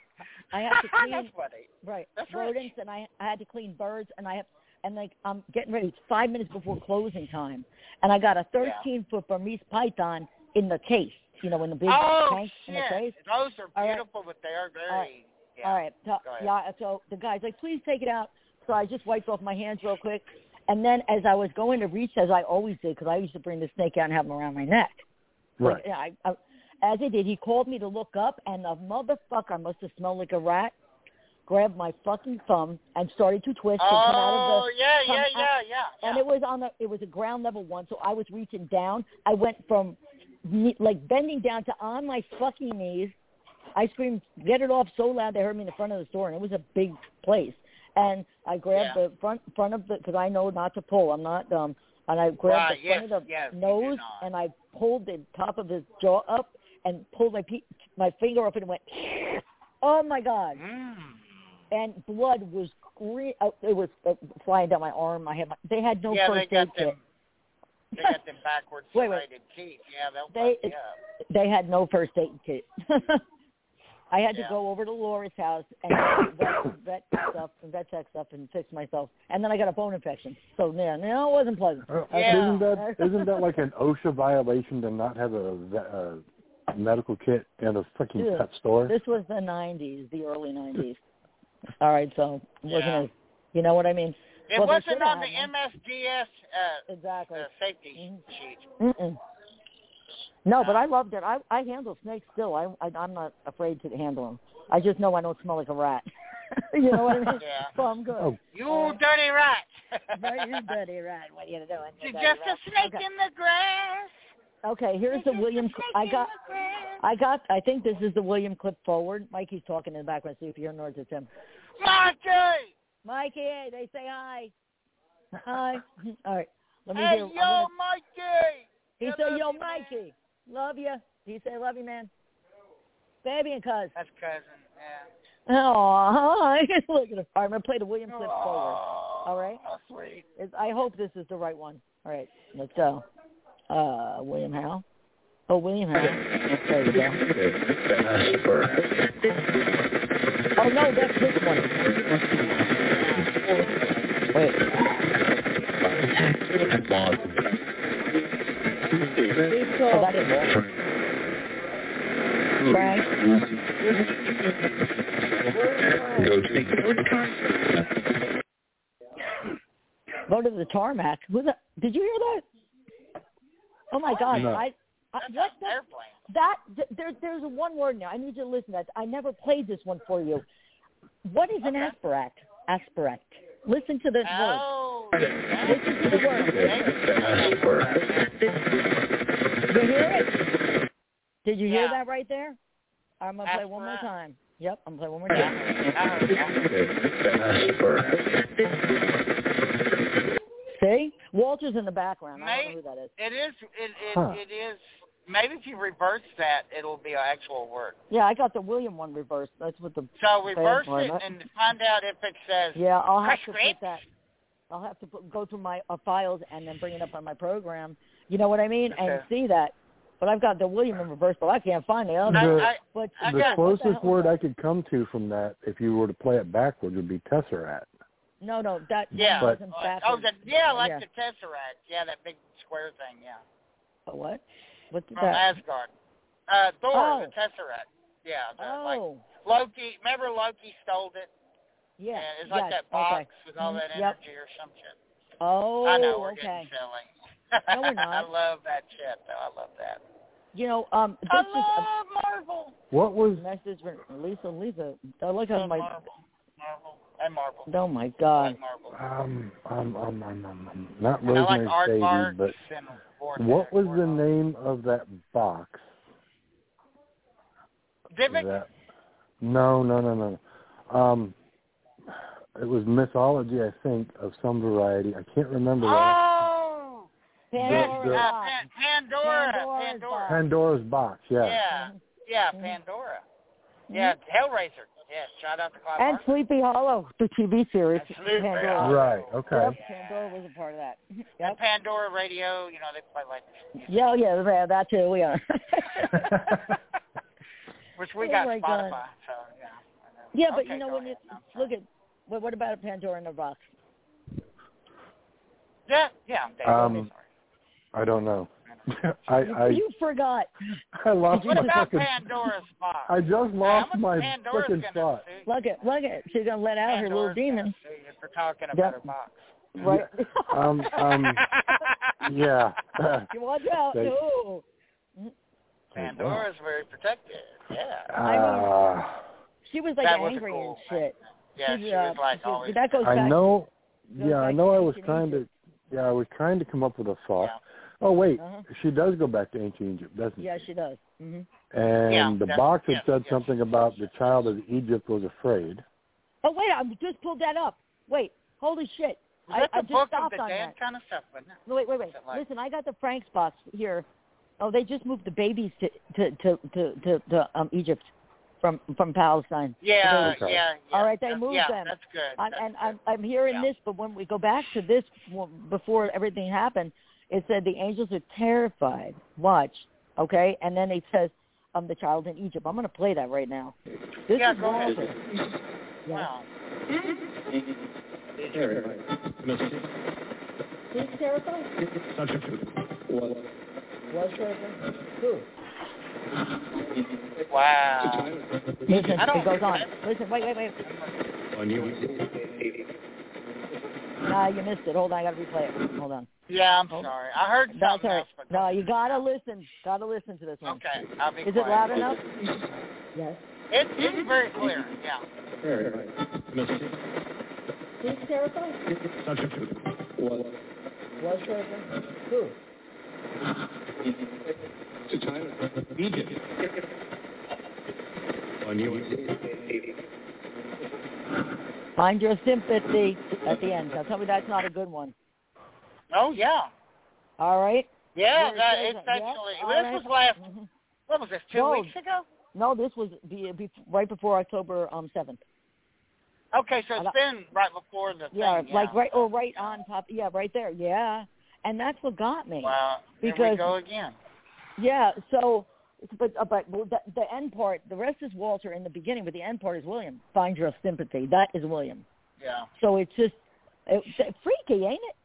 Speaker 3: I
Speaker 1: (laughs)
Speaker 3: have to clean
Speaker 1: That's funny.
Speaker 3: right
Speaker 1: That's right.
Speaker 3: rodents and I I had to clean birds and I have and like I'm getting ready. It's five minutes before closing time, and I got a 13 foot Burmese python in the case. You know, in the big
Speaker 1: Oh
Speaker 3: tank in the
Speaker 1: shit!
Speaker 3: case.
Speaker 1: Those are
Speaker 3: All right.
Speaker 1: beautiful, but they are very. yeah.
Speaker 3: All right. So,
Speaker 1: Go ahead.
Speaker 3: yeah. So the guy's like, please take it out. So I just wiped off my hands real quick. And then as I was going to reach, as I always did, because I used to bring the snake out and have him around my neck.
Speaker 5: Right.
Speaker 3: Like, I, I, as I did, he called me to look up, and the motherfucker must have smelled like a rat. Grabbed my fucking thumb and started to twist and come out of
Speaker 1: Oh
Speaker 3: the.
Speaker 1: yeah, yeah,
Speaker 3: come
Speaker 1: yeah, yeah, yeah.
Speaker 3: And it was on the. It was a ground level one, so I was reaching down. I went from kne- like bending down to on my fucking knees. I screamed, "Get it off!" so loud they heard me in the front of the store, and it was a big place. And I grabbed
Speaker 1: Yeah.
Speaker 3: the front front of the because I know not to pull. I'm not um, and I grabbed
Speaker 1: Right,
Speaker 3: the front
Speaker 1: yes,
Speaker 3: of the
Speaker 1: yes, you do
Speaker 3: nose
Speaker 1: not.
Speaker 3: and I pulled the top of his jaw up and pulled my pe- my finger up and it went. Oh my god!
Speaker 1: Mm.
Speaker 3: And blood was green. Uh, it was uh, flying down my arm. I had my, they had no
Speaker 1: yeah,
Speaker 3: first
Speaker 1: they got them.
Speaker 3: aid kit.
Speaker 1: They got them backwards
Speaker 3: (laughs) Wait, wait.
Speaker 1: serrated teeth. Yeah, they'll
Speaker 3: They-
Speaker 1: fuck you up.
Speaker 3: they had no first aid kit. (laughs) I had
Speaker 1: Yeah.
Speaker 3: to go over to Laura's house and (coughs) get vet, vet stuff and vet tech stuff and fix myself. And then I got a bone infection. So yeah, no, it wasn't pleasant.
Speaker 5: Uh,
Speaker 1: Yeah.
Speaker 5: Isn't that isn't that like an OSHA violation to not have a, ve- a medical kit in a fucking
Speaker 3: Yeah.
Speaker 5: pet store?
Speaker 3: This was the '90s, the early '90s. All right, so it wasn't
Speaker 1: Yeah.
Speaker 3: as you know what I mean?
Speaker 1: It
Speaker 3: Well, they
Speaker 1: wasn't
Speaker 3: should
Speaker 1: on the
Speaker 3: have, huh?
Speaker 1: MSDS uh,
Speaker 3: Exactly.
Speaker 1: uh, safety
Speaker 3: Mhm. (laughs)
Speaker 1: sheet.
Speaker 3: Mm-mm. No, but I loved it. I I handle snakes still. I, I I'm not afraid to handle them. I just know I don't smell like a rat. (laughs) you know what I mean?
Speaker 1: Yeah.
Speaker 3: So I'm good.
Speaker 5: Oh.
Speaker 1: You
Speaker 3: Uh,
Speaker 1: dirty (laughs) rat!
Speaker 3: Right, you dirty rat. What are you doing? you
Speaker 1: You're
Speaker 3: dirty
Speaker 1: just
Speaker 3: rat?
Speaker 1: a snake
Speaker 3: Okay.
Speaker 1: in the grass.
Speaker 3: Okay, here's the
Speaker 1: You're just
Speaker 3: William.
Speaker 1: a snake
Speaker 3: I
Speaker 1: in
Speaker 3: got.
Speaker 1: the grass.
Speaker 3: I got. I think this is the William clip forward. Mikey's talking in the background. See if you're north of him.
Speaker 1: Mikey!
Speaker 3: Mikey, they say hi. Hi. (laughs) All right. Let me
Speaker 1: Hey,
Speaker 3: do.
Speaker 1: yo,
Speaker 3: I'm gonna-
Speaker 1: Mikey!
Speaker 3: he
Speaker 1: I
Speaker 3: said,
Speaker 1: love
Speaker 3: "Yo,
Speaker 1: you, man."
Speaker 3: Mikey, love you." He said, "Love you, man." Baby and cuz.
Speaker 1: That's cousin, yeah.
Speaker 3: Oh, (laughs) hi. Look at him. All right, I'm gonna play the William clip forward.
Speaker 1: All
Speaker 3: All right.
Speaker 1: Oh, sweet.
Speaker 3: It's, I hope this is the right one. All right, let's go. Uh, William Howe. Oh, William Howe. There you go. Oh no, that's this one. Wait. Oh, that is it. Frank. Go to the tarmac. Who the? Did you hear that? Oh my God!
Speaker 5: No.
Speaker 3: I, I
Speaker 1: That's
Speaker 3: Uh, what
Speaker 1: an
Speaker 3: the
Speaker 1: airplane.
Speaker 3: that th- there, there's one word now. I need you to listen to that. I never played this one for you. What is an
Speaker 1: Okay.
Speaker 3: aspirate? Aspirate. Listen to this word.
Speaker 1: Oh, yeah.
Speaker 3: Listen to the word. Did you hear it? Did you hear
Speaker 1: Yeah.
Speaker 3: that right there? I'm gonna play one more
Speaker 1: Aspirate.
Speaker 3: time. Yep, I'm gonna play one more
Speaker 1: Yeah,
Speaker 3: time.
Speaker 1: I heard that.
Speaker 5: Oh,
Speaker 3: See, Walter's in the background. I don't know who that is.
Speaker 1: It is, it, it,
Speaker 5: Huh.
Speaker 1: it is, maybe if you reverse that, it'll be an actual word.
Speaker 3: Yeah, I got the William one reversed. That's what the.
Speaker 1: So reverse
Speaker 3: one,
Speaker 1: it
Speaker 3: right?
Speaker 1: and find out if it says
Speaker 3: Yeah, I'll have to put
Speaker 1: Prescript.
Speaker 3: that. I'll have to put, go through my uh, files and then bring it up on my program. You know what I mean? And
Speaker 1: Okay.
Speaker 3: see that. But I've got the William in reverse, but I can't find the other.
Speaker 1: I,
Speaker 5: The-
Speaker 1: I,
Speaker 3: But
Speaker 1: I
Speaker 5: the
Speaker 1: got-
Speaker 3: what the
Speaker 5: closest
Speaker 3: hell
Speaker 5: word
Speaker 3: is
Speaker 5: I could come to from that, if you were to play it backwards, would be tesseract.
Speaker 3: that? no, no, that one
Speaker 1: yeah.
Speaker 3: wasn't
Speaker 1: Uh,
Speaker 3: backwards.
Speaker 1: oh, the, yeah, like
Speaker 3: Yeah.
Speaker 1: the Tesseract. Yeah, that big square thing. Yeah,
Speaker 3: But what? What's
Speaker 1: from
Speaker 3: that?
Speaker 1: Asgard. Uh, Thor,
Speaker 3: Oh.
Speaker 1: the Tesseract. Yeah. The, Like,
Speaker 3: oh,
Speaker 1: Loki. Remember Loki stole it.
Speaker 3: yeah,
Speaker 1: And it's like
Speaker 3: yes,
Speaker 1: that box
Speaker 3: Okay.
Speaker 1: with all that
Speaker 3: Mhm, yep.
Speaker 1: energy or some shit.
Speaker 3: Oh,
Speaker 1: I know we're
Speaker 3: okay.
Speaker 1: getting silly.
Speaker 3: No,
Speaker 1: (laughs)
Speaker 3: we're not.
Speaker 1: I love that shit though. I love that.
Speaker 3: You know, um, this
Speaker 1: I
Speaker 3: is a
Speaker 1: love Marvel.
Speaker 5: What was
Speaker 3: message from Lisa. Lisa, I like how
Speaker 1: Love
Speaker 3: my.
Speaker 1: Marvel. Marvel. And Marvel.
Speaker 3: Oh my
Speaker 1: I
Speaker 3: God.
Speaker 1: like Marvel.
Speaker 5: um um um, um, um, um not
Speaker 1: And I like
Speaker 5: Rosemary's
Speaker 1: Art
Speaker 5: Baby,
Speaker 1: Barks
Speaker 5: but
Speaker 1: and Warlock.
Speaker 5: what was the
Speaker 1: Warlock.
Speaker 5: name of that box?
Speaker 1: Divock?
Speaker 5: That no no no no. Um, it was mythology, I think, of some variety. I can't remember. that.
Speaker 1: Oh, yes,
Speaker 5: The-
Speaker 1: uh,
Speaker 3: Pandora.
Speaker 1: Pan- Pandora,
Speaker 3: Pandora's
Speaker 1: Pandora.
Speaker 3: box.
Speaker 5: Pandora's box. Yeah.
Speaker 1: Yeah,
Speaker 3: Mhm.
Speaker 1: yeah,
Speaker 3: Mhm.
Speaker 1: Pandora. Yeah, Hellraiser. Yes, shout out to Clive
Speaker 3: Mm-hmm. And
Speaker 1: Barker.
Speaker 3: Sleepy Hollow, the TV series.
Speaker 1: And Sleepy
Speaker 3: Pandora.
Speaker 1: Hollow.
Speaker 5: Right. Okay.
Speaker 3: Yep, Pandora was a part of that. (laughs)
Speaker 1: And
Speaker 3: Yep.
Speaker 1: Pandora Radio,
Speaker 3: oh,
Speaker 1: you know, they play like
Speaker 3: Yeah, yeah, yeah, that too. We are.
Speaker 1: Which we
Speaker 3: Oh
Speaker 1: got
Speaker 3: my
Speaker 1: Spotify,
Speaker 3: God.
Speaker 1: so yeah.
Speaker 3: (laughs) Yeah, but
Speaker 1: Okay,
Speaker 3: you know
Speaker 1: go
Speaker 3: when
Speaker 1: ahead.
Speaker 3: you
Speaker 1: I'm sorry.
Speaker 3: look at well, what about a Pandora in a box?
Speaker 1: Yeah, yeah. I'm
Speaker 5: Um,
Speaker 1: sorry.
Speaker 5: (laughs) I
Speaker 1: (laughs)
Speaker 5: don't know. I
Speaker 3: You,
Speaker 5: I,
Speaker 3: you forgot.
Speaker 5: I lost
Speaker 1: What
Speaker 5: my
Speaker 1: about
Speaker 5: fucking.
Speaker 1: Pandora's box?
Speaker 5: I just
Speaker 1: How
Speaker 5: lost
Speaker 1: much
Speaker 5: my
Speaker 1: Pandora's
Speaker 5: fucking
Speaker 1: gonna
Speaker 5: thought.
Speaker 1: sue you?
Speaker 3: Look it, look it. She's gonna let out her
Speaker 1: Pandora's
Speaker 3: little demon,
Speaker 1: gonna sue you for talking about
Speaker 3: Yeah.
Speaker 1: her box.
Speaker 3: right? (laughs)
Speaker 5: Um um
Speaker 1: (laughs)
Speaker 5: yeah.
Speaker 3: you watch out.
Speaker 5: Thank-
Speaker 3: No.
Speaker 1: Pandora's very protective. Yeah.
Speaker 5: Uh,
Speaker 3: She was like
Speaker 1: that was a
Speaker 3: angry
Speaker 1: cool
Speaker 3: and shit.
Speaker 1: Yeah,
Speaker 3: She's,
Speaker 1: she
Speaker 3: uh,
Speaker 1: was like
Speaker 3: she's-
Speaker 1: always.
Speaker 3: that goes
Speaker 5: I
Speaker 3: back.
Speaker 5: know.
Speaker 3: Goes
Speaker 5: Yeah, I
Speaker 3: back
Speaker 5: know.
Speaker 3: to
Speaker 5: I was
Speaker 3: ancient
Speaker 5: trying to.
Speaker 3: Egypt.
Speaker 5: Yeah, I was trying to come up with a thought.
Speaker 1: Yeah.
Speaker 5: Oh wait,
Speaker 3: Uh-huh.
Speaker 5: she does go back to ancient Egypt, doesn't
Speaker 3: Yeah, she does. hmm
Speaker 5: And
Speaker 1: Yeah,
Speaker 5: the
Speaker 1: that's-
Speaker 5: box had
Speaker 1: yes,
Speaker 5: said
Speaker 1: yes.
Speaker 5: something about the child of Egypt was afraid.
Speaker 3: Oh wait, I just pulled that up. Wait, holy shit!
Speaker 1: Was
Speaker 3: I,
Speaker 1: that
Speaker 3: I
Speaker 1: the
Speaker 3: just
Speaker 1: book of
Speaker 3: stopped
Speaker 1: the
Speaker 3: on
Speaker 1: dead
Speaker 3: that.
Speaker 1: kind of stuff, wasn't it?
Speaker 3: No, wait, wait, wait.
Speaker 1: Something like-
Speaker 3: Listen, I got the Frank's box here. Oh, they just moved the babies to to to to to, to um, Egypt from from Palestine.
Speaker 1: Yeah,
Speaker 5: Okay.
Speaker 1: yeah, yeah.
Speaker 3: All right, they
Speaker 1: That's-
Speaker 3: moved
Speaker 1: yeah,
Speaker 3: them.
Speaker 1: That's good.
Speaker 3: I'm,
Speaker 1: that's
Speaker 3: and
Speaker 1: good.
Speaker 3: I'm I'm hearing
Speaker 1: Yeah.
Speaker 3: this, but when we go back to this well, before everything happened, it said the angels are terrified. Watch, okay? And then it says, "Um, the child in Egypt." I'm going to play that right now. This
Speaker 1: Yeah,
Speaker 3: is
Speaker 1: go ahead.
Speaker 3: Walter. Yeah.
Speaker 1: Wow.
Speaker 3: Who's terrified? Was terrified? Who?
Speaker 1: Wow.
Speaker 3: Listen,
Speaker 1: I don't-
Speaker 3: it goes on. Listen, wait, wait, wait. Nah, you missed it. Hold on, I got to replay it. Hold on.
Speaker 1: Yeah, I'm
Speaker 3: Hold-
Speaker 1: sorry. I heard
Speaker 3: That's
Speaker 1: something
Speaker 3: all right.
Speaker 1: else, but
Speaker 3: Oh. No, you gotta listen. Gotta listen to this one.
Speaker 1: okay, I'll be
Speaker 3: Is it
Speaker 1: quiet.
Speaker 3: loud enough? Yes.
Speaker 1: It, it's very clear. Yeah.
Speaker 3: Who's terrified? Was terrified? Who? Find your sympathy at the end. Now tell me that's not a good one.
Speaker 1: Oh yeah.
Speaker 3: All right?
Speaker 1: Yeah,
Speaker 3: Where it
Speaker 1: that,
Speaker 3: says
Speaker 1: it's
Speaker 3: that, yeah,
Speaker 1: actually
Speaker 3: all
Speaker 1: this
Speaker 3: right.
Speaker 1: was last.
Speaker 3: Mhm.
Speaker 1: What was this? Two
Speaker 3: Whoa.
Speaker 1: weeks ago.
Speaker 3: No, this was be, be, right before October um seventh.
Speaker 1: Okay, so
Speaker 3: I
Speaker 1: it's
Speaker 3: don't-
Speaker 1: been right before the
Speaker 3: Yeah,
Speaker 1: thing.
Speaker 3: like
Speaker 1: yeah.
Speaker 3: right or right on top. Yeah, right there. Yeah, and that's what got me.
Speaker 1: Wow. Here we
Speaker 3: Because-
Speaker 1: go again.
Speaker 3: Yeah. So, but uh, but well, the, the end part, the rest is Walter in the beginning, but the end part is William. Find your sympathy. That is William.
Speaker 1: Yeah.
Speaker 3: So it's just it, it's freaky, ain't it?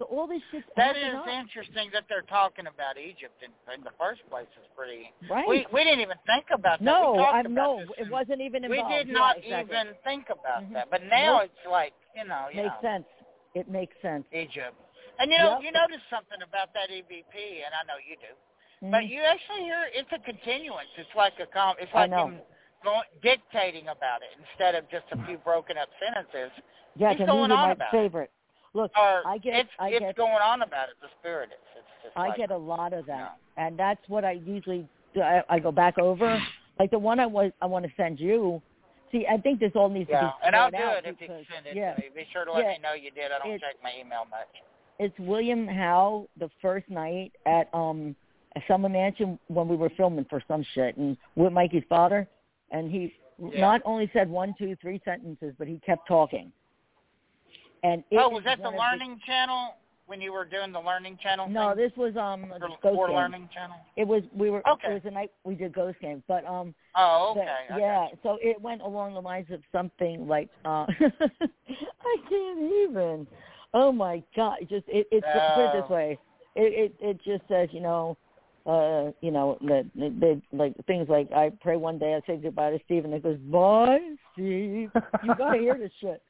Speaker 3: So all this shit's
Speaker 1: That
Speaker 3: adding
Speaker 1: is
Speaker 3: up,
Speaker 1: interesting that they're talking about Egypt in, in the first place. Is pretty.
Speaker 3: right?
Speaker 1: We we didn't even think about that.
Speaker 3: no,
Speaker 1: we talked
Speaker 3: I
Speaker 1: about
Speaker 3: no,
Speaker 1: this in-
Speaker 3: it wasn't even
Speaker 1: We
Speaker 3: involved.
Speaker 1: did
Speaker 3: Yeah,
Speaker 1: not
Speaker 3: exactly.
Speaker 1: even think about
Speaker 3: Mhm.
Speaker 1: that, but now
Speaker 3: Nope.
Speaker 1: it's like you know, you
Speaker 3: makes
Speaker 1: know,
Speaker 3: sense. It makes sense.
Speaker 1: Egypt. And you know,
Speaker 3: Yep.
Speaker 1: you notice something about that EVP, and I know you do. But
Speaker 3: Mhm.
Speaker 1: you actually hear it's a continuance. It's like a com. It's
Speaker 3: I
Speaker 1: like
Speaker 3: know.
Speaker 1: him going, dictating about it instead of just a few broken up sentences.
Speaker 3: yeah,
Speaker 1: it's
Speaker 3: to
Speaker 1: going
Speaker 3: me,
Speaker 1: on
Speaker 3: my
Speaker 1: about it.
Speaker 3: favorite. Look,
Speaker 1: Or
Speaker 3: I get,
Speaker 1: it's
Speaker 3: I
Speaker 1: it's
Speaker 3: get,
Speaker 1: going on about it. The spirit is. It's just
Speaker 3: I
Speaker 1: like,
Speaker 3: get a lot of that, and that's what I usually do. I, I go back over. Like the one I was, I want to send you. See, I think this all needs to
Speaker 1: yeah,
Speaker 3: be
Speaker 1: and I'll do
Speaker 3: spread out
Speaker 1: it if you
Speaker 3: because,
Speaker 1: send it
Speaker 3: yeah,
Speaker 1: to me. Be sure to let
Speaker 3: Yeah.
Speaker 1: me know you did. I don't
Speaker 3: It-
Speaker 1: check my email much.
Speaker 3: it's William Howe the first night at um Summer Mansion when we were filming for some shit and with Mikey's father, and he
Speaker 1: Yeah.
Speaker 3: not only said one, two, three sentences, but he kept talking. And it
Speaker 1: oh, was that the
Speaker 3: one of
Speaker 1: Learning Channel when you were doing the Learning Channel?
Speaker 3: No,
Speaker 1: thing?
Speaker 3: this was um
Speaker 1: Or-
Speaker 3: Ghost
Speaker 1: or
Speaker 3: Game.
Speaker 1: Learning Channel.
Speaker 3: It was we were
Speaker 1: Okay.
Speaker 3: it was the night we did Ghost Game, but um
Speaker 1: Oh,
Speaker 3: the-
Speaker 1: okay. I
Speaker 3: yeah,
Speaker 1: got you.
Speaker 3: so it went along the lines of something like uh (laughs) I can't even. Oh my god, it just it it's let's put it
Speaker 1: Oh.
Speaker 3: this way. It it it just says, you know, uh, you know, the, the, the like things like I pray one day I say goodbye to Steve and it goes, Bye Steve You gotta hear this
Speaker 1: (laughs)
Speaker 3: shit.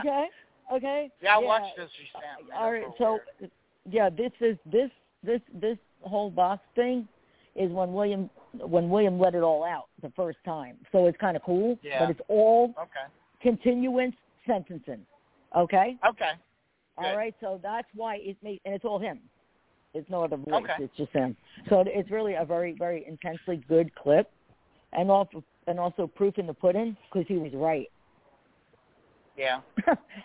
Speaker 3: Okay? Okay?
Speaker 1: yeah, I watched this you sent me.
Speaker 3: All
Speaker 1: That's
Speaker 3: right,
Speaker 1: real
Speaker 3: so
Speaker 1: weird.
Speaker 3: yeah, this is this this this whole box thing is when William when William let it all out the first time. So it's kind of cool,
Speaker 1: Yeah.
Speaker 3: but it's all
Speaker 1: Okay.
Speaker 3: continuance sentencing. Okay,
Speaker 1: Okay.
Speaker 3: all
Speaker 1: Good.
Speaker 3: right. So that's why it made and it's all him. It's no other voice.
Speaker 1: Okay.
Speaker 3: It's just him. So it's really a very very intensely good clip, and also and also proof in the pudding because he was right. (laughs)
Speaker 1: Yeah.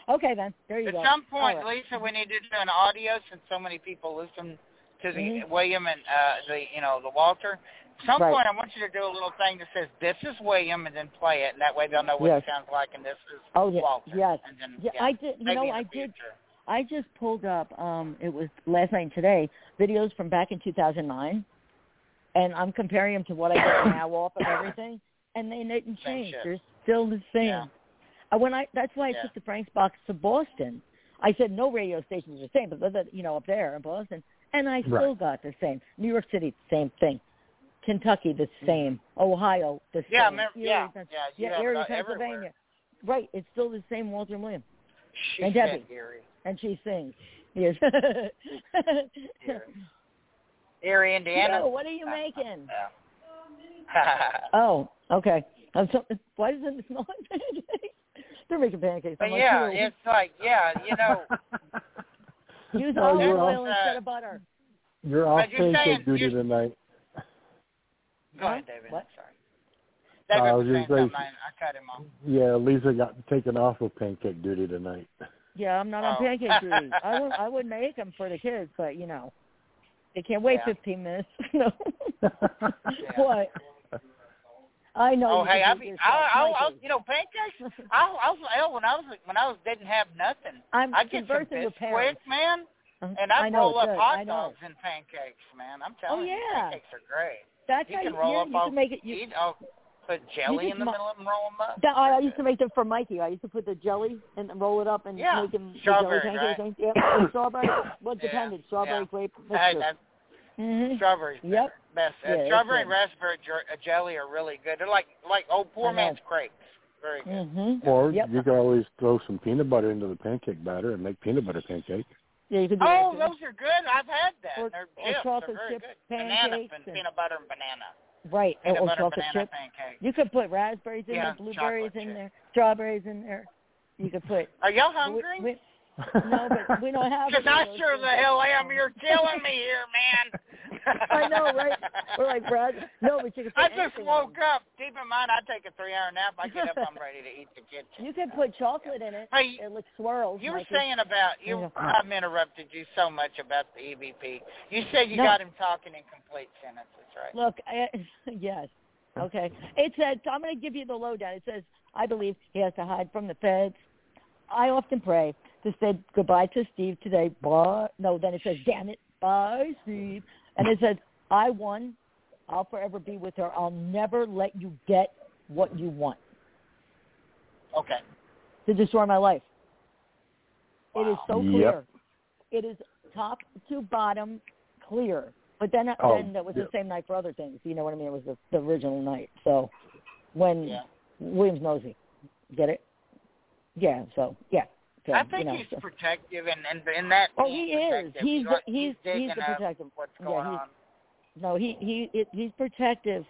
Speaker 3: okay, then there you
Speaker 1: At
Speaker 3: go.
Speaker 1: some point,
Speaker 3: All right.
Speaker 1: Lisa, we need to do an audio since so many people listen to the
Speaker 3: Mhm.
Speaker 1: William and uh the you know the Walter. At some
Speaker 3: Right.
Speaker 1: point, I want you to do a little thing that says "This is William" and then play it, and that way they'll know what
Speaker 3: Yes.
Speaker 1: it sounds like, and this is
Speaker 3: Oh yeah,
Speaker 1: Walter.
Speaker 3: yes.
Speaker 1: And then
Speaker 3: Yeah, I did. You
Speaker 1: maybe
Speaker 3: know,
Speaker 1: in the
Speaker 3: I did
Speaker 1: future.
Speaker 3: I just pulled up. Um, it was last night and today videos from back in 2009, and I'm comparing them to what I
Speaker 1: (coughs)
Speaker 3: get now off of everything, and they didn't
Speaker 1: Same
Speaker 3: change.
Speaker 1: shit.
Speaker 3: They're still the same.
Speaker 1: Yeah.
Speaker 3: Uh, When I that's why I
Speaker 1: Yeah.
Speaker 3: took the Frank's box to Boston. I said no radio stations are the same, but the- the- you know up there in Boston, and I still
Speaker 5: Right.
Speaker 3: got the same. New York City, same thing. Kentucky, the same. Ohio, the
Speaker 1: Mm-hmm. Yeah, I
Speaker 3: same.
Speaker 1: remember-
Speaker 3: Erie,
Speaker 1: yeah,
Speaker 3: Pens-
Speaker 1: yeah, you
Speaker 3: yeah,
Speaker 1: have it
Speaker 3: Erie,
Speaker 1: out everywhere.
Speaker 3: Pennsylvania. Right, it's still the same Walter and William,
Speaker 1: She
Speaker 3: And
Speaker 1: said
Speaker 3: Debbie.
Speaker 1: Erie.
Speaker 3: and she sings.
Speaker 1: (laughs)
Speaker 3: Yes.
Speaker 1: Erie. Erie, Indiana.
Speaker 3: Yo, Oh, what are you (laughs) making?
Speaker 1: Yeah.
Speaker 3: Oh, okay. I'm so, why doesn't it (laughs) smell like pancakes? They're making pancakes.
Speaker 1: (laughs) but
Speaker 3: I'm
Speaker 1: yeah,
Speaker 3: like, "Ew."
Speaker 1: it's like, yeah, you
Speaker 5: (laughs)
Speaker 1: know,
Speaker 3: (laughs) use
Speaker 5: Oh,
Speaker 3: olive
Speaker 5: you're
Speaker 3: oil
Speaker 1: off-
Speaker 3: instead of butter.
Speaker 5: You're off
Speaker 1: But you're saying-
Speaker 5: pancake duty
Speaker 1: you're-
Speaker 5: tonight.
Speaker 1: Go ahead, David.
Speaker 3: What?
Speaker 1: Sorry. David
Speaker 5: Uh, I
Speaker 1: was
Speaker 5: was
Speaker 1: saying
Speaker 5: just
Speaker 1: something.
Speaker 5: like-
Speaker 1: I, I cut him off.
Speaker 5: Yeah, Lisa got taken off of pancake
Speaker 1: (laughs)
Speaker 5: duty tonight.
Speaker 3: Yeah, I'm not on
Speaker 1: Oh.
Speaker 3: pancake
Speaker 1: (laughs)
Speaker 3: duty. I would I would make them for the kids, but you know, they can't wait
Speaker 1: Yeah.
Speaker 3: 15 minutes. (laughs) no. What? I know.
Speaker 1: Oh,
Speaker 3: you
Speaker 1: hey,
Speaker 3: can
Speaker 1: I
Speaker 3: do
Speaker 1: be,
Speaker 3: yourself,
Speaker 1: I, I, I,
Speaker 3: Mikey.
Speaker 1: you know, pancakes. I, I was hell when I was when I was didn't have nothing.
Speaker 3: I'm
Speaker 1: I get some
Speaker 3: conversing with
Speaker 1: biscuits,
Speaker 3: parents.
Speaker 1: man,
Speaker 3: Um,
Speaker 1: and I,
Speaker 3: I know,
Speaker 1: roll
Speaker 3: it's
Speaker 1: up
Speaker 3: good. I
Speaker 1: hot
Speaker 3: know. Oh,
Speaker 1: dogs and pancakes, man. I'm telling you,
Speaker 3: yeah.
Speaker 1: pancakes are great.
Speaker 3: That's
Speaker 1: You
Speaker 3: how
Speaker 1: can
Speaker 3: you,
Speaker 1: roll
Speaker 3: yeah,
Speaker 1: up
Speaker 3: you
Speaker 1: all
Speaker 3: can make it. You,
Speaker 1: eat, I'll put jelly in
Speaker 3: just
Speaker 1: the
Speaker 3: mu-
Speaker 1: middle of them, roll them up.
Speaker 3: that, uh, I, I used to make them for Mikey. I used to put the jelly and roll it up and
Speaker 1: Yeah.
Speaker 3: make him the
Speaker 1: Strawberry,
Speaker 3: jelly pancakes. Right?
Speaker 1: (coughs)
Speaker 3: Yeah, and strawberry. Well, it
Speaker 1: Yeah.
Speaker 3: depended. Strawberry,
Speaker 1: Yeah.
Speaker 3: grape.
Speaker 1: Hey,
Speaker 3: mixture.
Speaker 1: that
Speaker 3: Mhm.
Speaker 1: strawberry's
Speaker 3: Yep.
Speaker 1: best.
Speaker 3: Yeah,
Speaker 1: Uh,
Speaker 3: it's
Speaker 1: strawberry
Speaker 3: good.
Speaker 1: and raspberry jer- uh, jelly are really good. They're like like old
Speaker 3: I
Speaker 1: poor
Speaker 3: know.
Speaker 1: man's crepes. Very good.
Speaker 3: Mhm.
Speaker 5: (laughs) Or
Speaker 3: Yep.
Speaker 5: you can always throw some peanut butter into the pancake batter and make peanut butter pancake.
Speaker 3: Yeah, you can do
Speaker 1: Oh,
Speaker 3: that. too.
Speaker 1: those are good. I've had that.
Speaker 3: Or-
Speaker 1: They're
Speaker 3: or
Speaker 1: chips. They're
Speaker 3: chocolate
Speaker 1: very
Speaker 3: chip
Speaker 1: good. Banana
Speaker 3: pancakes
Speaker 1: and
Speaker 3: and-
Speaker 1: peanut butter and banana.
Speaker 3: right.
Speaker 1: Peanut
Speaker 3: or
Speaker 1: butter
Speaker 3: chocolate
Speaker 1: banana
Speaker 3: chip.
Speaker 1: pancake.
Speaker 3: You could put raspberries in
Speaker 1: Yeah,
Speaker 3: there, blueberries
Speaker 1: chocolate
Speaker 3: in
Speaker 1: chip.
Speaker 3: there, strawberries in there. You could put.
Speaker 1: Are y'all
Speaker 3: we-
Speaker 1: hungry?
Speaker 3: we- no, but
Speaker 5: (laughs)
Speaker 3: we don't have.
Speaker 1: Because
Speaker 3: any
Speaker 1: I
Speaker 3: of those
Speaker 1: sure the
Speaker 3: things.
Speaker 1: hell am. You're killing me here, man.
Speaker 3: (laughs) I know, right? We're like Brad. No, but you could
Speaker 1: (laughs)
Speaker 3: put.
Speaker 1: I just
Speaker 3: anything
Speaker 1: woke
Speaker 3: in.
Speaker 1: up. Keep in mind, I take a three-hour nap. I get up, I'm ready to eat the kitchen.
Speaker 3: (laughs) You could put chocolate in it.
Speaker 1: Hey,
Speaker 3: It looks swirls.
Speaker 1: you were
Speaker 3: Mikey.
Speaker 1: saying about you. I've interrupted you so much about the EVP. You said you
Speaker 3: No.
Speaker 1: got him talking in complete sentences, right?
Speaker 3: Look, I, (laughs) yes. Okay. It says, so I'm going to give you the lowdown. It says, I believe he has to hide from the feds. I often pray to say goodbye to Steve today. Bye. No, then it says, damn it. Bye, Steve. And it says, I won. I'll forever be with her. I'll never let you get what you want
Speaker 1: Okay.
Speaker 3: to destroy my life. It is
Speaker 1: Wow.
Speaker 3: so
Speaker 5: Yep.
Speaker 3: clear. It is top to bottom clear. But then,
Speaker 5: Oh,
Speaker 3: then that was
Speaker 5: yeah.
Speaker 3: the same night for other things. You know what I mean? It was the, the original night. So when
Speaker 1: Yeah.
Speaker 3: Williams Nosey, get it? Yeah. So yeah. So,
Speaker 1: I think
Speaker 3: you know,
Speaker 1: he's
Speaker 3: so-
Speaker 1: protective, and and in that.
Speaker 3: Oh,
Speaker 1: being
Speaker 3: he is.
Speaker 1: protective,
Speaker 3: He's
Speaker 1: like-
Speaker 3: the- he's- he's
Speaker 1: digging
Speaker 3: the
Speaker 1: up
Speaker 3: protective.
Speaker 1: What's
Speaker 3: Yeah,
Speaker 1: going
Speaker 3: he's-
Speaker 1: on?
Speaker 3: no, he he it, he's protective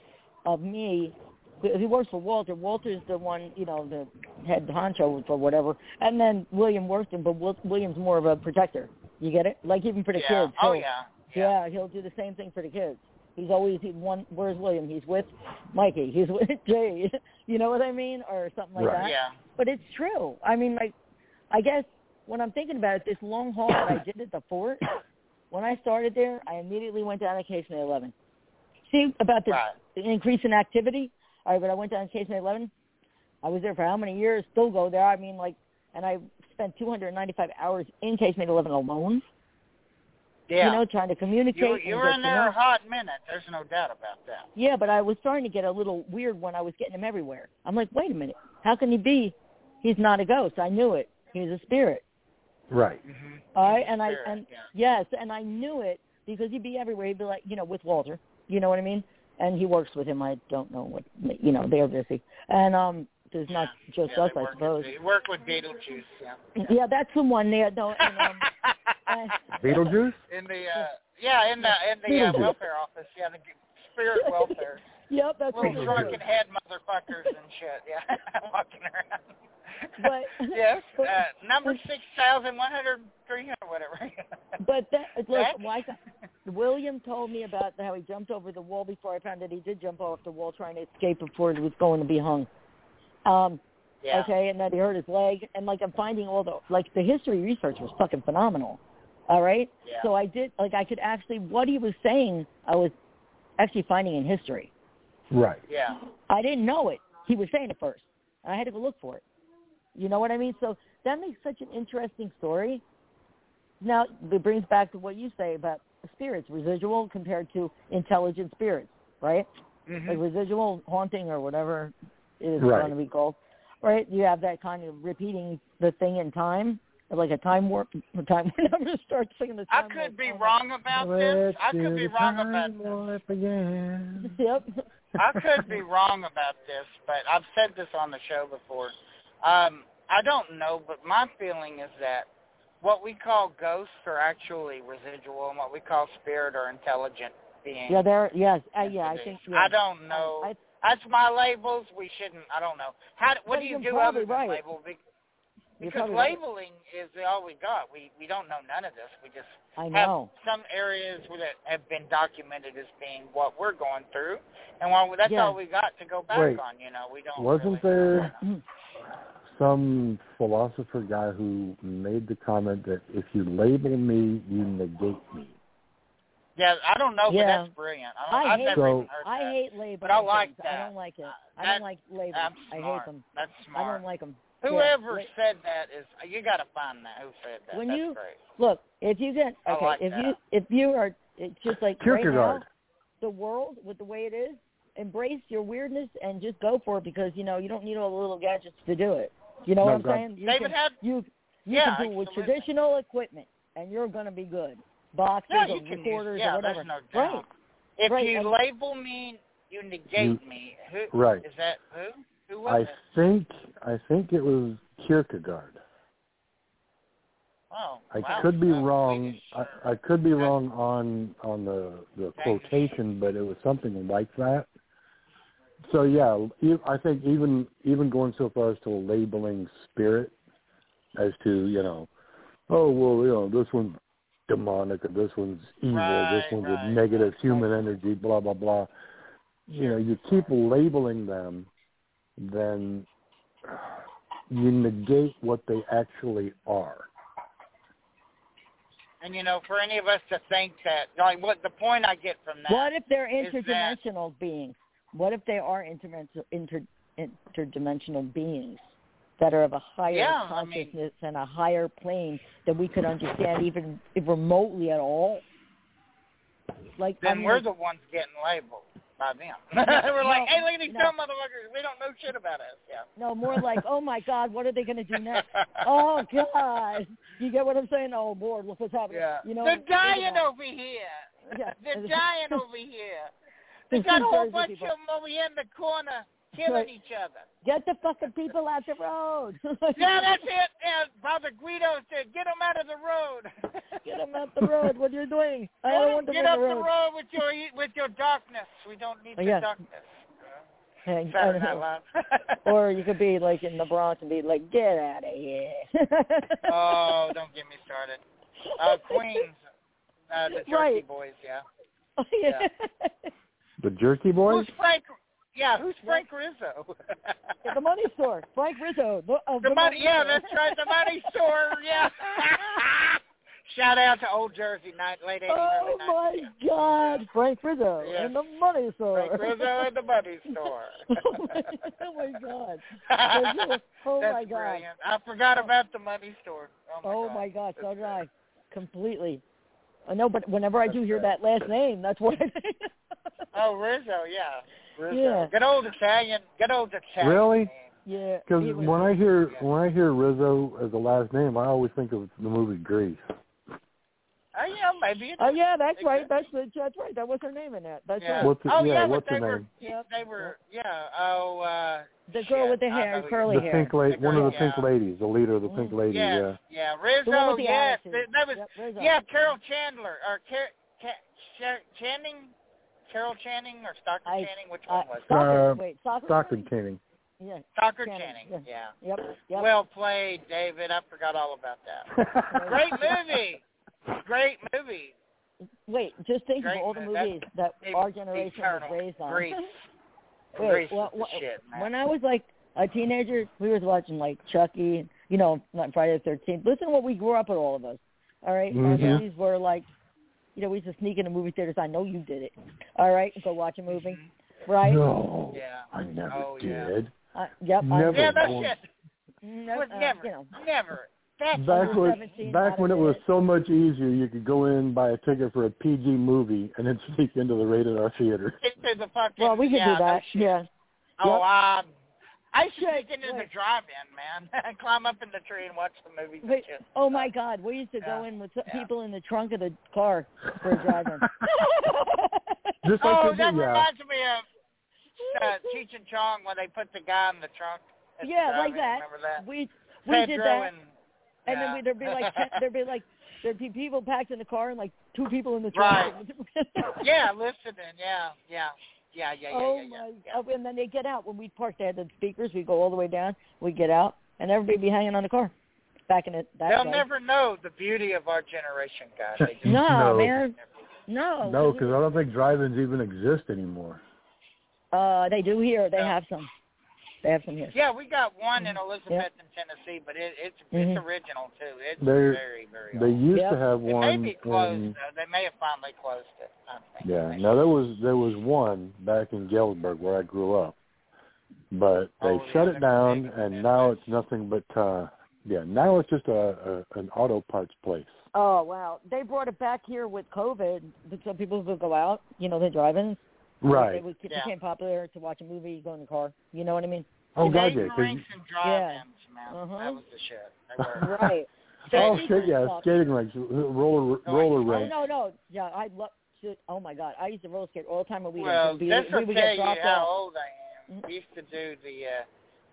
Speaker 3: of me. He works for Walter. Walter's the one, you know, the head honcho for whatever. And then William works him, but Wil- William's more of a protector. You get it? Like even for the
Speaker 1: yeah.
Speaker 3: kids.
Speaker 1: Oh
Speaker 3: he'll-
Speaker 1: yeah. Yeah.
Speaker 3: yeah. he'll do the same thing for the kids. He's always he one. Where's William? He's with Mikey. He's with (laughs) Jay. You know what I mean, or something like
Speaker 5: Right.
Speaker 3: that.
Speaker 1: Yeah.
Speaker 3: But it's true. I mean, like, I guess when I'm thinking about it, this long haul that I did at the fort, when I started there, I immediately went down to case May 11. See about the
Speaker 1: Right.
Speaker 3: the increase in activity. All right, but I went down to case May 11. I was there for how many years? Still go there. I mean, like, and I spent 295 hours in case May 11 alone.
Speaker 1: Yeah.
Speaker 3: You know, trying to communicate.
Speaker 1: you,
Speaker 3: and
Speaker 1: you
Speaker 3: get
Speaker 1: were in
Speaker 3: to
Speaker 1: there
Speaker 3: know.
Speaker 1: a hot minute. There's no doubt about that.
Speaker 3: Yeah, but I was starting to get a little weird when I was getting him everywhere. I'm like, wait a minute, how can he be? He's not a ghost. I knew it. He was a spirit.
Speaker 5: right.
Speaker 1: Mm-hmm.
Speaker 3: All right, and I
Speaker 1: Spirit,
Speaker 3: and
Speaker 1: yeah.
Speaker 3: yes, and I knew it because he'd be everywhere. He'd be like, you know, with Walter. You know what I mean? And he works with him. I don't know what you know. They're busy, and um, there's not just
Speaker 1: yeah,
Speaker 3: us,
Speaker 1: they
Speaker 3: I
Speaker 1: work
Speaker 3: suppose.
Speaker 1: With, they work with Beetlejuice. Yeah.
Speaker 3: (laughs) Yeah, that's the one there. No,
Speaker 1: (laughs)
Speaker 3: and, um, I-
Speaker 5: Beetlejuice?
Speaker 1: in the uh, yeah, in the in the uh,
Speaker 5: Beetlejuice.
Speaker 1: welfare office. Yeah, the
Speaker 3: (laughs)
Speaker 1: spirit welfare.
Speaker 3: yep, that's what
Speaker 1: Little
Speaker 3: it
Speaker 1: drunken
Speaker 3: was.
Speaker 1: head motherfuckers and shit. Yeah, (laughs) walking around.
Speaker 3: But-
Speaker 1: (laughs)
Speaker 3: (laughs)
Speaker 1: yes, uh, number six thousand one hundred three hundred whatever. (laughs)
Speaker 3: But that
Speaker 1: Back?
Speaker 3: look, why? William told me about how he jumped over the wall before I found that he did jump off the wall trying to escape before he was going to be hung. Um,
Speaker 1: yeah.
Speaker 3: okay, and that he hurt his leg, and like I'm finding all the like the history research was fucking phenomenal. All right,
Speaker 1: Yeah.
Speaker 3: so I did like I could actually what he was saying I was actually finding in history.
Speaker 5: Right.
Speaker 1: Yeah.
Speaker 3: I didn't know it. He was saying it first. And I had to go look for it. You know what I mean? So that makes such an interesting story. Now it brings back to what you say about spirits, residual compared to intelligent spirits. right?
Speaker 1: hmm
Speaker 3: Like residual haunting or whatever it is
Speaker 5: Right.
Speaker 3: going to be called, right? You have that kind of repeating the thing in time, like a time warp. A time (laughs) when I'm going to start singing the
Speaker 1: I
Speaker 3: time warp
Speaker 1: could be
Speaker 3: song.
Speaker 1: wrong about this. I could be wrong about this.
Speaker 5: again.
Speaker 3: (laughs) Yep.
Speaker 1: (laughs) I could be wrong about this, but I've said this on the show before. Um, I don't know, but my feeling is that what we call ghosts are actually residual, and what we call spirit are intelligent beings.
Speaker 3: Yeah, there. Yes. Uh, yeah, I think.
Speaker 1: entities.
Speaker 3: Yeah. Oh,
Speaker 1: I don't know.
Speaker 3: I,
Speaker 1: That's my labels. We shouldn't. I don't know. How? do- What
Speaker 3: But
Speaker 1: do you
Speaker 3: you're
Speaker 1: do
Speaker 3: probably
Speaker 1: other than
Speaker 3: right.
Speaker 1: label? Be-
Speaker 3: you're
Speaker 1: Because
Speaker 3: probably right.
Speaker 1: labeling is all we got. We we don't know none of this. We just
Speaker 3: I
Speaker 1: have (laughs)
Speaker 3: know.
Speaker 1: some areas where that have been documented as being what we're going through, and while that's
Speaker 3: Yeah.
Speaker 1: all we got to go back
Speaker 5: Wait.
Speaker 1: on. You know, we don't. really-
Speaker 5: Wasn't there (laughs) some philosopher guy who made the comment that if you label me, you negate me?
Speaker 1: Yeah, I don't know,
Speaker 3: Yeah.
Speaker 1: but that's brilliant. I
Speaker 3: I
Speaker 1: don't, have
Speaker 3: hate-
Speaker 1: never
Speaker 5: So-
Speaker 1: even heard
Speaker 3: (laughs) I
Speaker 1: that.
Speaker 3: hate labor.
Speaker 1: But I like
Speaker 3: I
Speaker 1: that. Uh,
Speaker 3: don't like it. I
Speaker 1: That-
Speaker 3: don't like labor.
Speaker 1: That's
Speaker 3: I
Speaker 1: smart.
Speaker 3: hate them.
Speaker 1: That's
Speaker 3: I
Speaker 1: smart.
Speaker 3: don't like them.
Speaker 1: Whoever said that is you got to find that. Who said that?
Speaker 3: When
Speaker 1: that's
Speaker 3: you-
Speaker 1: great.
Speaker 3: Look, if you get
Speaker 1: I
Speaker 3: okay,
Speaker 1: like
Speaker 3: if
Speaker 1: that.
Speaker 3: you if you are it's just like right now,
Speaker 5: Kierkegaard.
Speaker 3: the world with the way it is, embrace your weirdness and just go for it because you know you don't need all the little gadgets to do it. You know
Speaker 5: No,
Speaker 3: what I'm
Speaker 5: God.
Speaker 3: saying? You
Speaker 1: David
Speaker 3: can,
Speaker 1: had
Speaker 3: you you
Speaker 1: yeah,
Speaker 3: can do it with
Speaker 1: absolutely.
Speaker 3: traditional equipment and you're going to be good. Boxes
Speaker 1: Yeah,
Speaker 3: or
Speaker 1: you can use,
Speaker 3: recorders
Speaker 1: yeah,
Speaker 3: or whatever.
Speaker 1: there's no doubt.
Speaker 3: right.
Speaker 1: If
Speaker 3: Right,
Speaker 1: you
Speaker 3: and-
Speaker 1: label me, you negate me. Who
Speaker 5: Right.
Speaker 1: is that? Who? Who was
Speaker 5: I
Speaker 1: it?
Speaker 5: think I think it was Kierkegaard.
Speaker 1: Oh,
Speaker 5: I
Speaker 1: wow.
Speaker 5: could be
Speaker 1: Uh,
Speaker 5: wrong.
Speaker 1: Swedish.
Speaker 5: I, I could be wrong on on the the quotation, but it was something like that. So yeah, e- I think even even going so far as to labeling spirit as to you know, oh well, you know this one's demonic or this one's evil, this
Speaker 1: Right,
Speaker 5: one's
Speaker 1: right.
Speaker 5: with negative human energy, blah blah blah. You know, you keep labeling them, then you negate what they actually are.
Speaker 1: and you know, for any of us to think that, like, what the point I get from that?
Speaker 3: What if they're
Speaker 1: is that-
Speaker 3: interdimensional beings? What if they are interdimensional, inter, interdimensional beings that are of a higher
Speaker 1: Yeah, I mean-
Speaker 3: consciousness and a higher plane that we could understand even if remotely at all? Like I
Speaker 1: Then
Speaker 3: mean,
Speaker 1: we're the ones getting labeled by them. (laughs) we're like,
Speaker 3: (laughs) no,
Speaker 1: hey, look at these
Speaker 3: no.
Speaker 1: dumb motherfuckers. We don't know shit about us. Yeah.
Speaker 3: no more like oh my god, what are they going to do next? oh god, you get what I'm saying? Oh Lord, look what's
Speaker 1: (laughs)
Speaker 3: happening.
Speaker 1: Yeah.
Speaker 3: You know,
Speaker 1: They're
Speaker 3: think
Speaker 1: dying
Speaker 3: about-
Speaker 1: over here.
Speaker 3: Yeah. (laughs)
Speaker 1: They're dying over here. They
Speaker 3: There's
Speaker 1: got a
Speaker 3: two
Speaker 1: whole
Speaker 3: Jersey
Speaker 1: bunch
Speaker 3: people.
Speaker 1: of them over here in the corner killing
Speaker 3: Right.
Speaker 1: each
Speaker 3: (laughs)
Speaker 1: other.
Speaker 3: Get the fucking people out the road. (laughs)
Speaker 1: Yeah, that's it. Yeah, Father Guido said, get them out of the road.
Speaker 3: (laughs) Get them out the road. What you're doing?
Speaker 1: (laughs)
Speaker 3: I
Speaker 1: Let
Speaker 3: don't
Speaker 1: 'em
Speaker 3: want them
Speaker 1: get
Speaker 3: on
Speaker 1: up
Speaker 3: the road.
Speaker 1: with your with your darkness. We don't need
Speaker 3: Oh,
Speaker 1: your
Speaker 3: yeah.
Speaker 1: darkness.
Speaker 3: Hey, I (laughs)
Speaker 1: Saturday
Speaker 3: don't
Speaker 1: Night
Speaker 3: know.
Speaker 1: (laughs) Live.
Speaker 3: Or you could be like in the Bronx and be like, "Get out of here."
Speaker 1: oh, don't get me started. Uh, Queens, uh, the Jersey
Speaker 3: Right.
Speaker 1: Boys. Yeah.
Speaker 3: (laughs) yeah.
Speaker 5: The Jerky Boys.
Speaker 1: Who's Frank? Yeah, who's Frank Rizzo? (laughs)
Speaker 3: the money store, Frank Rizzo. The, of
Speaker 1: The money, yeah,
Speaker 3: store.
Speaker 1: that's right, the
Speaker 3: (laughs)
Speaker 1: money store, yeah. (laughs) Shout out to Old Jersey, night, late 80s,
Speaker 3: Oh
Speaker 1: early 90s.
Speaker 3: my God, Frank Rizzo
Speaker 1: Yes.
Speaker 3: and the money store.
Speaker 1: Frank Rizzo at the money store.
Speaker 3: (laughs) oh my God. So you-
Speaker 1: (laughs)
Speaker 3: oh
Speaker 1: That's
Speaker 3: my God.
Speaker 1: brilliant. I forgot about the money store.
Speaker 3: Oh
Speaker 1: Oh
Speaker 3: my
Speaker 1: my
Speaker 3: God,
Speaker 1: That's
Speaker 3: so did
Speaker 1: great.
Speaker 3: I. Completely. I know, but whenever I do
Speaker 1: That's
Speaker 3: hear
Speaker 1: great.
Speaker 3: that last name, that's what I think. (laughs)
Speaker 1: Oh, Rizzo, yeah. Rizzo.
Speaker 3: Yeah.
Speaker 1: Good old Italian. Good old Italian.
Speaker 5: Really?
Speaker 1: name.
Speaker 3: yeah.
Speaker 5: Because
Speaker 3: he was-
Speaker 5: when I hear
Speaker 1: yeah.
Speaker 5: when I hear Rizzo as the last name, I always think of the movie Grease.
Speaker 1: Oh, yeah, maybe. It
Speaker 3: Oh yeah, that's right. That's
Speaker 1: Exactly.
Speaker 3: that's right. That was her name in that. That's
Speaker 1: yeah.
Speaker 3: right.
Speaker 5: What's the-
Speaker 1: oh,
Speaker 5: yeah,
Speaker 1: yeah, but
Speaker 5: what's
Speaker 1: they
Speaker 5: her
Speaker 1: were,
Speaker 5: name?
Speaker 3: Yep.
Speaker 1: They were, yeah. Oh, uh,
Speaker 3: The girl
Speaker 1: shit,
Speaker 3: with the
Speaker 1: I
Speaker 3: hair,
Speaker 1: know who-
Speaker 3: curly
Speaker 5: the
Speaker 3: hair.
Speaker 5: pink lady,
Speaker 1: The
Speaker 5: one
Speaker 1: girl,
Speaker 5: of the
Speaker 1: yeah. Mm,
Speaker 5: pink ladies, the leader of the pink lady.
Speaker 1: Yes, yeah.
Speaker 3: The one
Speaker 1: Rizzo,
Speaker 3: with the
Speaker 1: yes.
Speaker 3: attitude.
Speaker 1: That was
Speaker 3: Yep, Rizzo.
Speaker 1: Yeah, Carol Chandler or Car- Ca- Ch- Channing, Carol Channing or Stockton
Speaker 3: I-
Speaker 1: Channing? Which
Speaker 3: Uh,
Speaker 1: one was? it?
Speaker 3: soccer.
Speaker 5: Uh,
Speaker 3: Wait, soccer.
Speaker 5: yeah, Stockton Canning.
Speaker 3: Yeah.
Speaker 1: Stockton
Speaker 3: Channing,
Speaker 1: Channing. Yeah.
Speaker 3: Yep. Yep.
Speaker 1: Well played, David. I forgot all about that. (laughs) Great
Speaker 3: (laughs)
Speaker 1: movie. Great movie.
Speaker 3: Wait, just think of
Speaker 1: Great
Speaker 3: all the
Speaker 1: man, that's-
Speaker 3: movies that
Speaker 1: It-
Speaker 3: our generation was
Speaker 1: eternal.
Speaker 3: raised on.
Speaker 1: Greece.
Speaker 3: (laughs) Wait,
Speaker 1: Greece
Speaker 3: well,
Speaker 1: is
Speaker 3: well,
Speaker 1: the shit, man.
Speaker 3: When I was like a teenager, we was watching like Chucky, you know, not Friday the Thirteenth. Listen to what we grew up with, all of us. All right? our
Speaker 5: Mhm. Yeah.
Speaker 3: movies were like, you know, we used to sneak into movie theaters. I know you did it. All right, go watch a movie, right?
Speaker 5: (laughs) No,
Speaker 1: Mm-hmm. Yeah.
Speaker 5: I never
Speaker 1: Oh, yeah.
Speaker 5: did.
Speaker 3: Uh, yep. I-
Speaker 5: Never.
Speaker 1: yeah, that
Speaker 5: Born.
Speaker 1: shit
Speaker 3: no,
Speaker 1: was
Speaker 3: uh,
Speaker 1: never,
Speaker 3: You know,
Speaker 1: never, That's
Speaker 5: Back
Speaker 3: Under
Speaker 5: when
Speaker 3: 17,
Speaker 5: back when it
Speaker 3: not a
Speaker 5: was
Speaker 3: bit.
Speaker 5: so much easier, you could go in buy a ticket for a PG movie and then (laughs) sneak into the rated R theater.
Speaker 1: into the fucking.
Speaker 3: Well, we could
Speaker 1: yeah,
Speaker 3: do that.
Speaker 1: shit.
Speaker 3: yeah.
Speaker 1: Oh,
Speaker 3: Yep.
Speaker 1: um, I should
Speaker 3: Shit,
Speaker 1: get into
Speaker 3: what?
Speaker 1: the drive-in, man, (laughs) and climb up in the tree and watch the movies. and
Speaker 3: Wait,
Speaker 1: shit.
Speaker 3: oh my God, we used to go
Speaker 1: Yeah.
Speaker 3: in with some
Speaker 1: Yeah.
Speaker 3: people in the trunk of the car for a
Speaker 1: (laughs)
Speaker 3: drive-in.
Speaker 5: Just like
Speaker 1: Oh,
Speaker 5: they
Speaker 1: that
Speaker 5: did, yeah.
Speaker 1: reminds me of uh, Cheech and Chong when they put the guy in the trunk. at the
Speaker 3: yeah, like
Speaker 1: drive-in,
Speaker 3: that.
Speaker 1: Remember that?
Speaker 3: We we did
Speaker 1: Pedro
Speaker 3: that,
Speaker 1: and,
Speaker 3: and then
Speaker 1: yeah.
Speaker 3: we, there'd
Speaker 1: (laughs)
Speaker 3: be like ten, there'd be like there'd be people packed in the car and like two people in the
Speaker 1: Right.
Speaker 3: trunk. (laughs)
Speaker 1: yeah, listening. Yeah, yeah, yeah, yeah, yeah,
Speaker 3: Oh
Speaker 1: yeah.
Speaker 3: my!
Speaker 1: yeah.
Speaker 3: oh, And then they get out when we'd park. They had the speakers. We'd go all the way down. We'd get out, and everybody'd be hanging on the car, back in it. That
Speaker 1: They'll
Speaker 3: way.
Speaker 1: never know the beauty of our generation, guys. They just
Speaker 3: No,
Speaker 5: No.
Speaker 3: man. No.
Speaker 5: (laughs)
Speaker 1: Oh,
Speaker 5: No, because I don't think drive-ins even exist anymore.
Speaker 3: uh, they do here. They
Speaker 1: No.
Speaker 3: have some. They have some here.
Speaker 1: Yeah, we got one
Speaker 3: Mm-hmm.
Speaker 1: in Elizabethton, Tennessee, but it, it's it's
Speaker 3: Mhm.
Speaker 1: original too. It's
Speaker 5: They're-
Speaker 1: very very
Speaker 5: They
Speaker 1: old.
Speaker 5: used
Speaker 3: Yep.
Speaker 5: to have
Speaker 1: It
Speaker 5: one.
Speaker 1: may be closed.
Speaker 5: in-
Speaker 1: though. They may have finally closed it. I think.
Speaker 5: yeah.
Speaker 1: They-
Speaker 5: Now there was there was one back in Galesburg where I grew up, but they
Speaker 1: Oh, yeah,
Speaker 5: shut
Speaker 1: they're
Speaker 5: it down,
Speaker 1: big,
Speaker 5: and
Speaker 1: they're
Speaker 5: now
Speaker 1: big.
Speaker 5: it's nothing but uh yeah. Now it's just a, a an auto parts place.
Speaker 3: Oh wow! They brought it back here with COVID. but Some people would go out. You know, they drive in.
Speaker 5: Right.
Speaker 3: It was, it
Speaker 1: Yeah.
Speaker 3: became popular to watch a movie, go in the car. You know what (laughs) I mean?
Speaker 5: Oh
Speaker 1: Skating
Speaker 5: God, yeah. 'cause-
Speaker 1: rinks and drive-ins, man.
Speaker 3: Uh-huh.
Speaker 1: That was the shit.
Speaker 5: (laughs)
Speaker 1: They were.
Speaker 3: Right.
Speaker 1: (laughs)
Speaker 5: oh
Speaker 1: Skating
Speaker 5: shit, yeah.
Speaker 3: rinks.
Speaker 5: Skating rinks, roller
Speaker 1: Oh,
Speaker 5: roller
Speaker 1: yeah.
Speaker 3: Oh
Speaker 5: rink.
Speaker 3: no, no. Yeah, I love. Shit. Oh my God! I used to roller skate all the time when we
Speaker 1: well,
Speaker 3: we,
Speaker 1: this
Speaker 3: we
Speaker 1: will
Speaker 3: would
Speaker 1: tell
Speaker 3: get
Speaker 1: you
Speaker 3: dropped
Speaker 1: how
Speaker 3: off.
Speaker 1: old I am. We used to do the. uh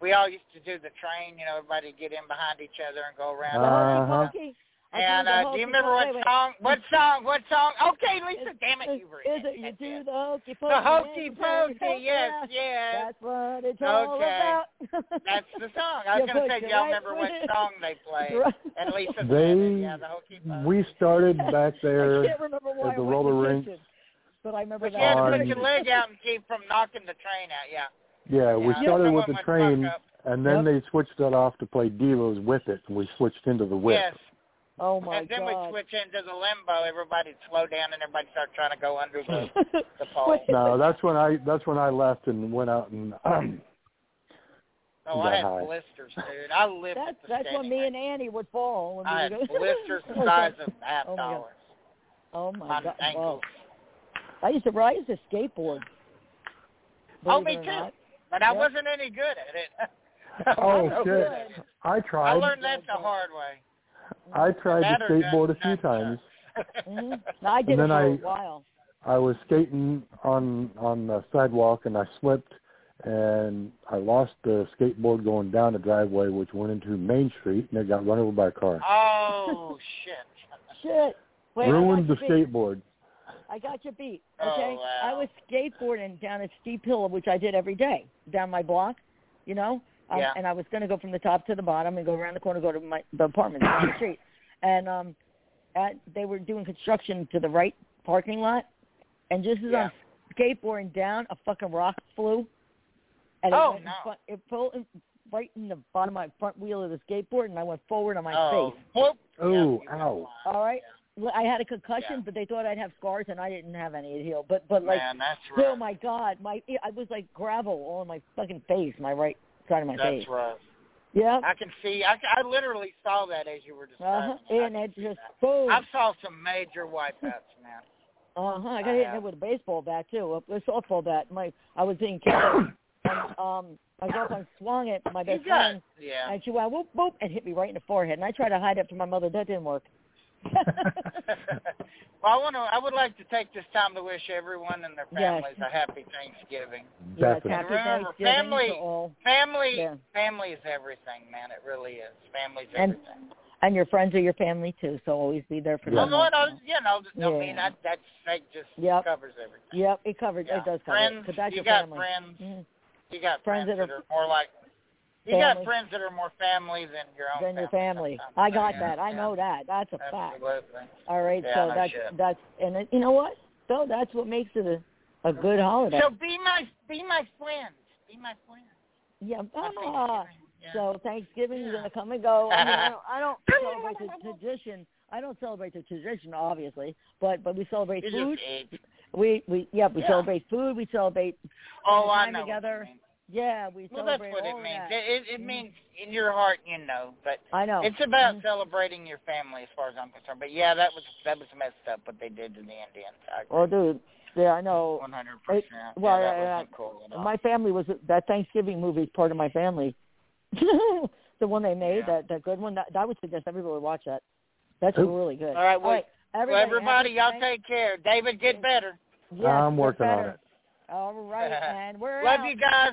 Speaker 1: we all used to do the train, you know, everybody get in behind each other and go around.
Speaker 3: The hokey
Speaker 5: Uh-huh.
Speaker 3: pokey. I
Speaker 1: And
Speaker 3: did the
Speaker 1: uh, do
Speaker 3: hokey
Speaker 1: you remember
Speaker 3: pokey.
Speaker 1: what
Speaker 3: Wait, wait.
Speaker 1: song? What song? What song? Okay, Lisa,
Speaker 3: Is-
Speaker 1: damn it,
Speaker 3: is-
Speaker 1: you were in
Speaker 3: Is it you
Speaker 1: That's
Speaker 3: do
Speaker 1: it.
Speaker 3: the hokey pokey?
Speaker 1: The hokey
Speaker 3: and
Speaker 1: pokey, yes,
Speaker 3: yeah.
Speaker 1: yes.
Speaker 3: That's what it's
Speaker 1: Okay.
Speaker 3: all about. (laughs)
Speaker 1: That's the song. I was
Speaker 3: You
Speaker 1: going to
Speaker 3: put
Speaker 1: say, do y'all
Speaker 3: your right
Speaker 1: remember what
Speaker 3: foot in.
Speaker 1: song they played?
Speaker 3: Right.
Speaker 1: And Lisa said it,
Speaker 5: They-
Speaker 1: yeah, the hokey pokey.
Speaker 5: We
Speaker 1: (laughs)
Speaker 5: started
Speaker 3: (laughs) I
Speaker 5: back there.
Speaker 3: can't remember why
Speaker 5: at
Speaker 3: I went
Speaker 5: the roller
Speaker 3: to
Speaker 5: rink.
Speaker 3: Kitchen, but I remember
Speaker 1: But you had
Speaker 3: that.
Speaker 1: to
Speaker 5: on-
Speaker 1: put your leg out and keep from knocking the train out, yeah.
Speaker 5: Yeah, we
Speaker 1: Yeah.
Speaker 5: started
Speaker 1: Someone
Speaker 5: with the
Speaker 1: went fuck
Speaker 5: train,
Speaker 1: up.
Speaker 5: and then they switched that off to play Devos with it, and we switched into the whip.
Speaker 1: Yes.
Speaker 3: (laughs) Oh my
Speaker 1: and then we
Speaker 3: (laughs) god.
Speaker 1: switch into the limbo. Everybody'd slow down and everybody start trying to go under
Speaker 5: (laughs)
Speaker 1: the, the pole.
Speaker 3: Wait.
Speaker 5: No, that's when I that's when I left and went out and (clears throat)
Speaker 1: Oh, I had
Speaker 5: God.
Speaker 1: blisters, dude. I lived
Speaker 3: That's
Speaker 1: at the
Speaker 3: that's when
Speaker 1: skating
Speaker 3: me
Speaker 1: rink.
Speaker 3: and Annie would fall. When
Speaker 1: I
Speaker 3: we
Speaker 1: had
Speaker 3: would go- (laughs)
Speaker 1: blisters the
Speaker 3: Oh,
Speaker 1: size
Speaker 3: God.
Speaker 1: of half
Speaker 3: Oh, my God.
Speaker 1: dollars
Speaker 3: Oh my
Speaker 1: on
Speaker 3: god!
Speaker 1: ankles.
Speaker 3: Wow. I used to ride used to skateboard.
Speaker 1: Oh,
Speaker 3: believe
Speaker 1: me
Speaker 3: it or
Speaker 1: too.
Speaker 3: not.
Speaker 1: But I
Speaker 3: Yep.
Speaker 1: wasn't any good at it. (laughs) I
Speaker 5: (laughs) oh
Speaker 1: wasn't
Speaker 5: shit,
Speaker 1: good at it.
Speaker 5: I
Speaker 1: I
Speaker 5: tried
Speaker 1: learned that the hard way.
Speaker 5: I tried
Speaker 1: That
Speaker 5: to
Speaker 1: or
Speaker 5: skateboard a
Speaker 1: just
Speaker 5: few
Speaker 1: nut
Speaker 5: times.
Speaker 1: (laughs) jokes.
Speaker 3: Mhm. No, I did
Speaker 5: And
Speaker 3: it
Speaker 5: then
Speaker 3: for a
Speaker 5: I-
Speaker 3: while.
Speaker 5: I was skating on on the sidewalk and I slipped and I lost the skateboard going down the driveway, which went into Main Street and it got run over by a car.
Speaker 1: oh shit!
Speaker 3: Shit. Wait, I
Speaker 5: Ruined the
Speaker 3: got you beat.
Speaker 5: skateboard.
Speaker 3: I got you beat.
Speaker 1: Oh,
Speaker 3: Okay.
Speaker 1: wow.
Speaker 3: I was skateboarding down a steep hill, which I did every day down my block. You know. Um,
Speaker 1: Yeah.
Speaker 3: And I was going to go from the top to the bottom and go around the corner, go to my the apartment down the street. And um, at, they were doing construction to the right parking lot, and just as
Speaker 1: Yeah.
Speaker 3: I'm skateboarding down, a fucking rock flew, and
Speaker 1: Oh,
Speaker 3: it, went in
Speaker 1: no.
Speaker 3: front, it fell in, right in the bottom of my front wheel of the skateboard, and I went forward on (laughs) my
Speaker 1: oh,
Speaker 3: face.
Speaker 1: whoop!
Speaker 5: Oh,
Speaker 1: Yeah, you
Speaker 5: ow.
Speaker 1: went blind.
Speaker 3: All right. Well, I had a concussion,
Speaker 1: Yeah.
Speaker 3: but they thought I'd have scars, and I didn't have any to heal. But but like,
Speaker 1: Man, that's
Speaker 3: oh
Speaker 1: rough.
Speaker 3: my god, my I was like gravel all on my fucking face, my right side of my face.
Speaker 1: That's rough.
Speaker 3: Yeah.
Speaker 1: I can see. I, I literally saw that as you were
Speaker 3: Uh huh.
Speaker 1: describing. it. I
Speaker 3: And
Speaker 1: can
Speaker 3: it
Speaker 1: see
Speaker 3: just
Speaker 1: that.
Speaker 3: boom.
Speaker 1: I saw some major wipeouts, man.
Speaker 3: Uh huh. I
Speaker 1: I
Speaker 3: got hit in
Speaker 1: have.
Speaker 3: there with a baseball bat too, a, a softball bat. My I was being carried. and, um, I was up and swung at my
Speaker 1: You
Speaker 3: best
Speaker 1: got,
Speaker 3: friend,
Speaker 1: yeah.
Speaker 3: and she went whoop whoop and hit me right in the forehead. And I tried to hide it from my mother. That didn't work. (laughs)
Speaker 1: (laughs) well, I want to. I would like to take this time to wish everyone and their
Speaker 3: Yes.
Speaker 1: families a happy Thanksgiving.
Speaker 3: yes,
Speaker 5: Definitely.
Speaker 3: happy
Speaker 1: Remember,
Speaker 3: Thanksgiving
Speaker 1: family-
Speaker 3: to all,
Speaker 1: Family,
Speaker 3: Yeah.
Speaker 1: family is everything, man. It really is. Family's
Speaker 3: And-
Speaker 1: everything.
Speaker 3: and your friends are your family too. So always be there for
Speaker 5: Yeah.
Speaker 1: Well,
Speaker 3: them.
Speaker 1: no, no, you know, I mean,
Speaker 3: Yeah.
Speaker 1: that that that just
Speaker 3: Yep.
Speaker 1: covers everything.
Speaker 3: Yep, it covers.
Speaker 1: Yeah.
Speaker 3: It does cover.
Speaker 1: friends,
Speaker 3: it, 'cause that's
Speaker 1: you
Speaker 3: your
Speaker 1: got
Speaker 3: family.
Speaker 1: friends,
Speaker 3: Mhm.
Speaker 1: you got
Speaker 3: Friends
Speaker 1: friends,
Speaker 3: that
Speaker 1: that
Speaker 3: are
Speaker 1: are more like. You
Speaker 3: family.
Speaker 1: got friends that are more family than your own.
Speaker 3: Than your
Speaker 1: family
Speaker 3: family.
Speaker 1: sometimes.
Speaker 3: I got
Speaker 1: Yeah,
Speaker 3: that. I
Speaker 1: yeah,
Speaker 3: know that. That's a fact.
Speaker 1: Absolutely.
Speaker 3: All right.
Speaker 1: Yeah,
Speaker 3: so
Speaker 1: no
Speaker 3: that's
Speaker 1: shit.
Speaker 3: that's and it, you know what? So that's what makes it a a good holiday.
Speaker 1: So be my be my friends. Be my friend.
Speaker 3: yeah.
Speaker 1: On
Speaker 3: ah.
Speaker 1: Thanksgiving, yeah.
Speaker 3: So Thanksgiving's
Speaker 1: Yeah.
Speaker 3: gonna come and go. I mean, I don't,
Speaker 1: (laughs)
Speaker 3: I don't celebrate the tradition. I don't celebrate the tradition, obviously, but but we celebrate
Speaker 1: You
Speaker 3: food.
Speaker 1: just eat.
Speaker 3: We we yeah we
Speaker 1: Yeah.
Speaker 3: celebrate food. We celebrate
Speaker 1: Oh, I
Speaker 3: time
Speaker 1: know. what you
Speaker 3: together.
Speaker 1: mean.
Speaker 3: Yeah, we
Speaker 1: Well, that's
Speaker 3: celebrate
Speaker 1: what
Speaker 3: all
Speaker 1: it means.
Speaker 3: That.
Speaker 1: It, it, it
Speaker 3: Mhm.
Speaker 1: means in your heart, you know. But
Speaker 3: I know.
Speaker 1: it's about
Speaker 3: Mhm.
Speaker 1: celebrating your family, as far as I'm concerned. But yeah, that was that was messed up what they did to the Indians. I
Speaker 3: Oh, dude. Yeah, I know.
Speaker 1: One hundred percent.
Speaker 3: well,
Speaker 1: that
Speaker 3: yeah,
Speaker 1: wasn't cool at all.
Speaker 3: My family was that Thanksgiving movie is part of my family. (laughs) the one they made,
Speaker 1: Yeah.
Speaker 3: that that good one. That, that would suggest everybody watch that. That's
Speaker 5: Who?
Speaker 3: really good.
Speaker 1: All right, well, well,
Speaker 3: everybody,
Speaker 1: everybody,
Speaker 3: have a
Speaker 1: y'all take
Speaker 3: thank-
Speaker 1: care. David, get better.
Speaker 3: Yes,
Speaker 5: I'm
Speaker 3: get
Speaker 5: working on
Speaker 3: better.
Speaker 5: it.
Speaker 3: All
Speaker 1: (laughs)
Speaker 3: right, and we're
Speaker 1: Love
Speaker 3: out.
Speaker 1: you guys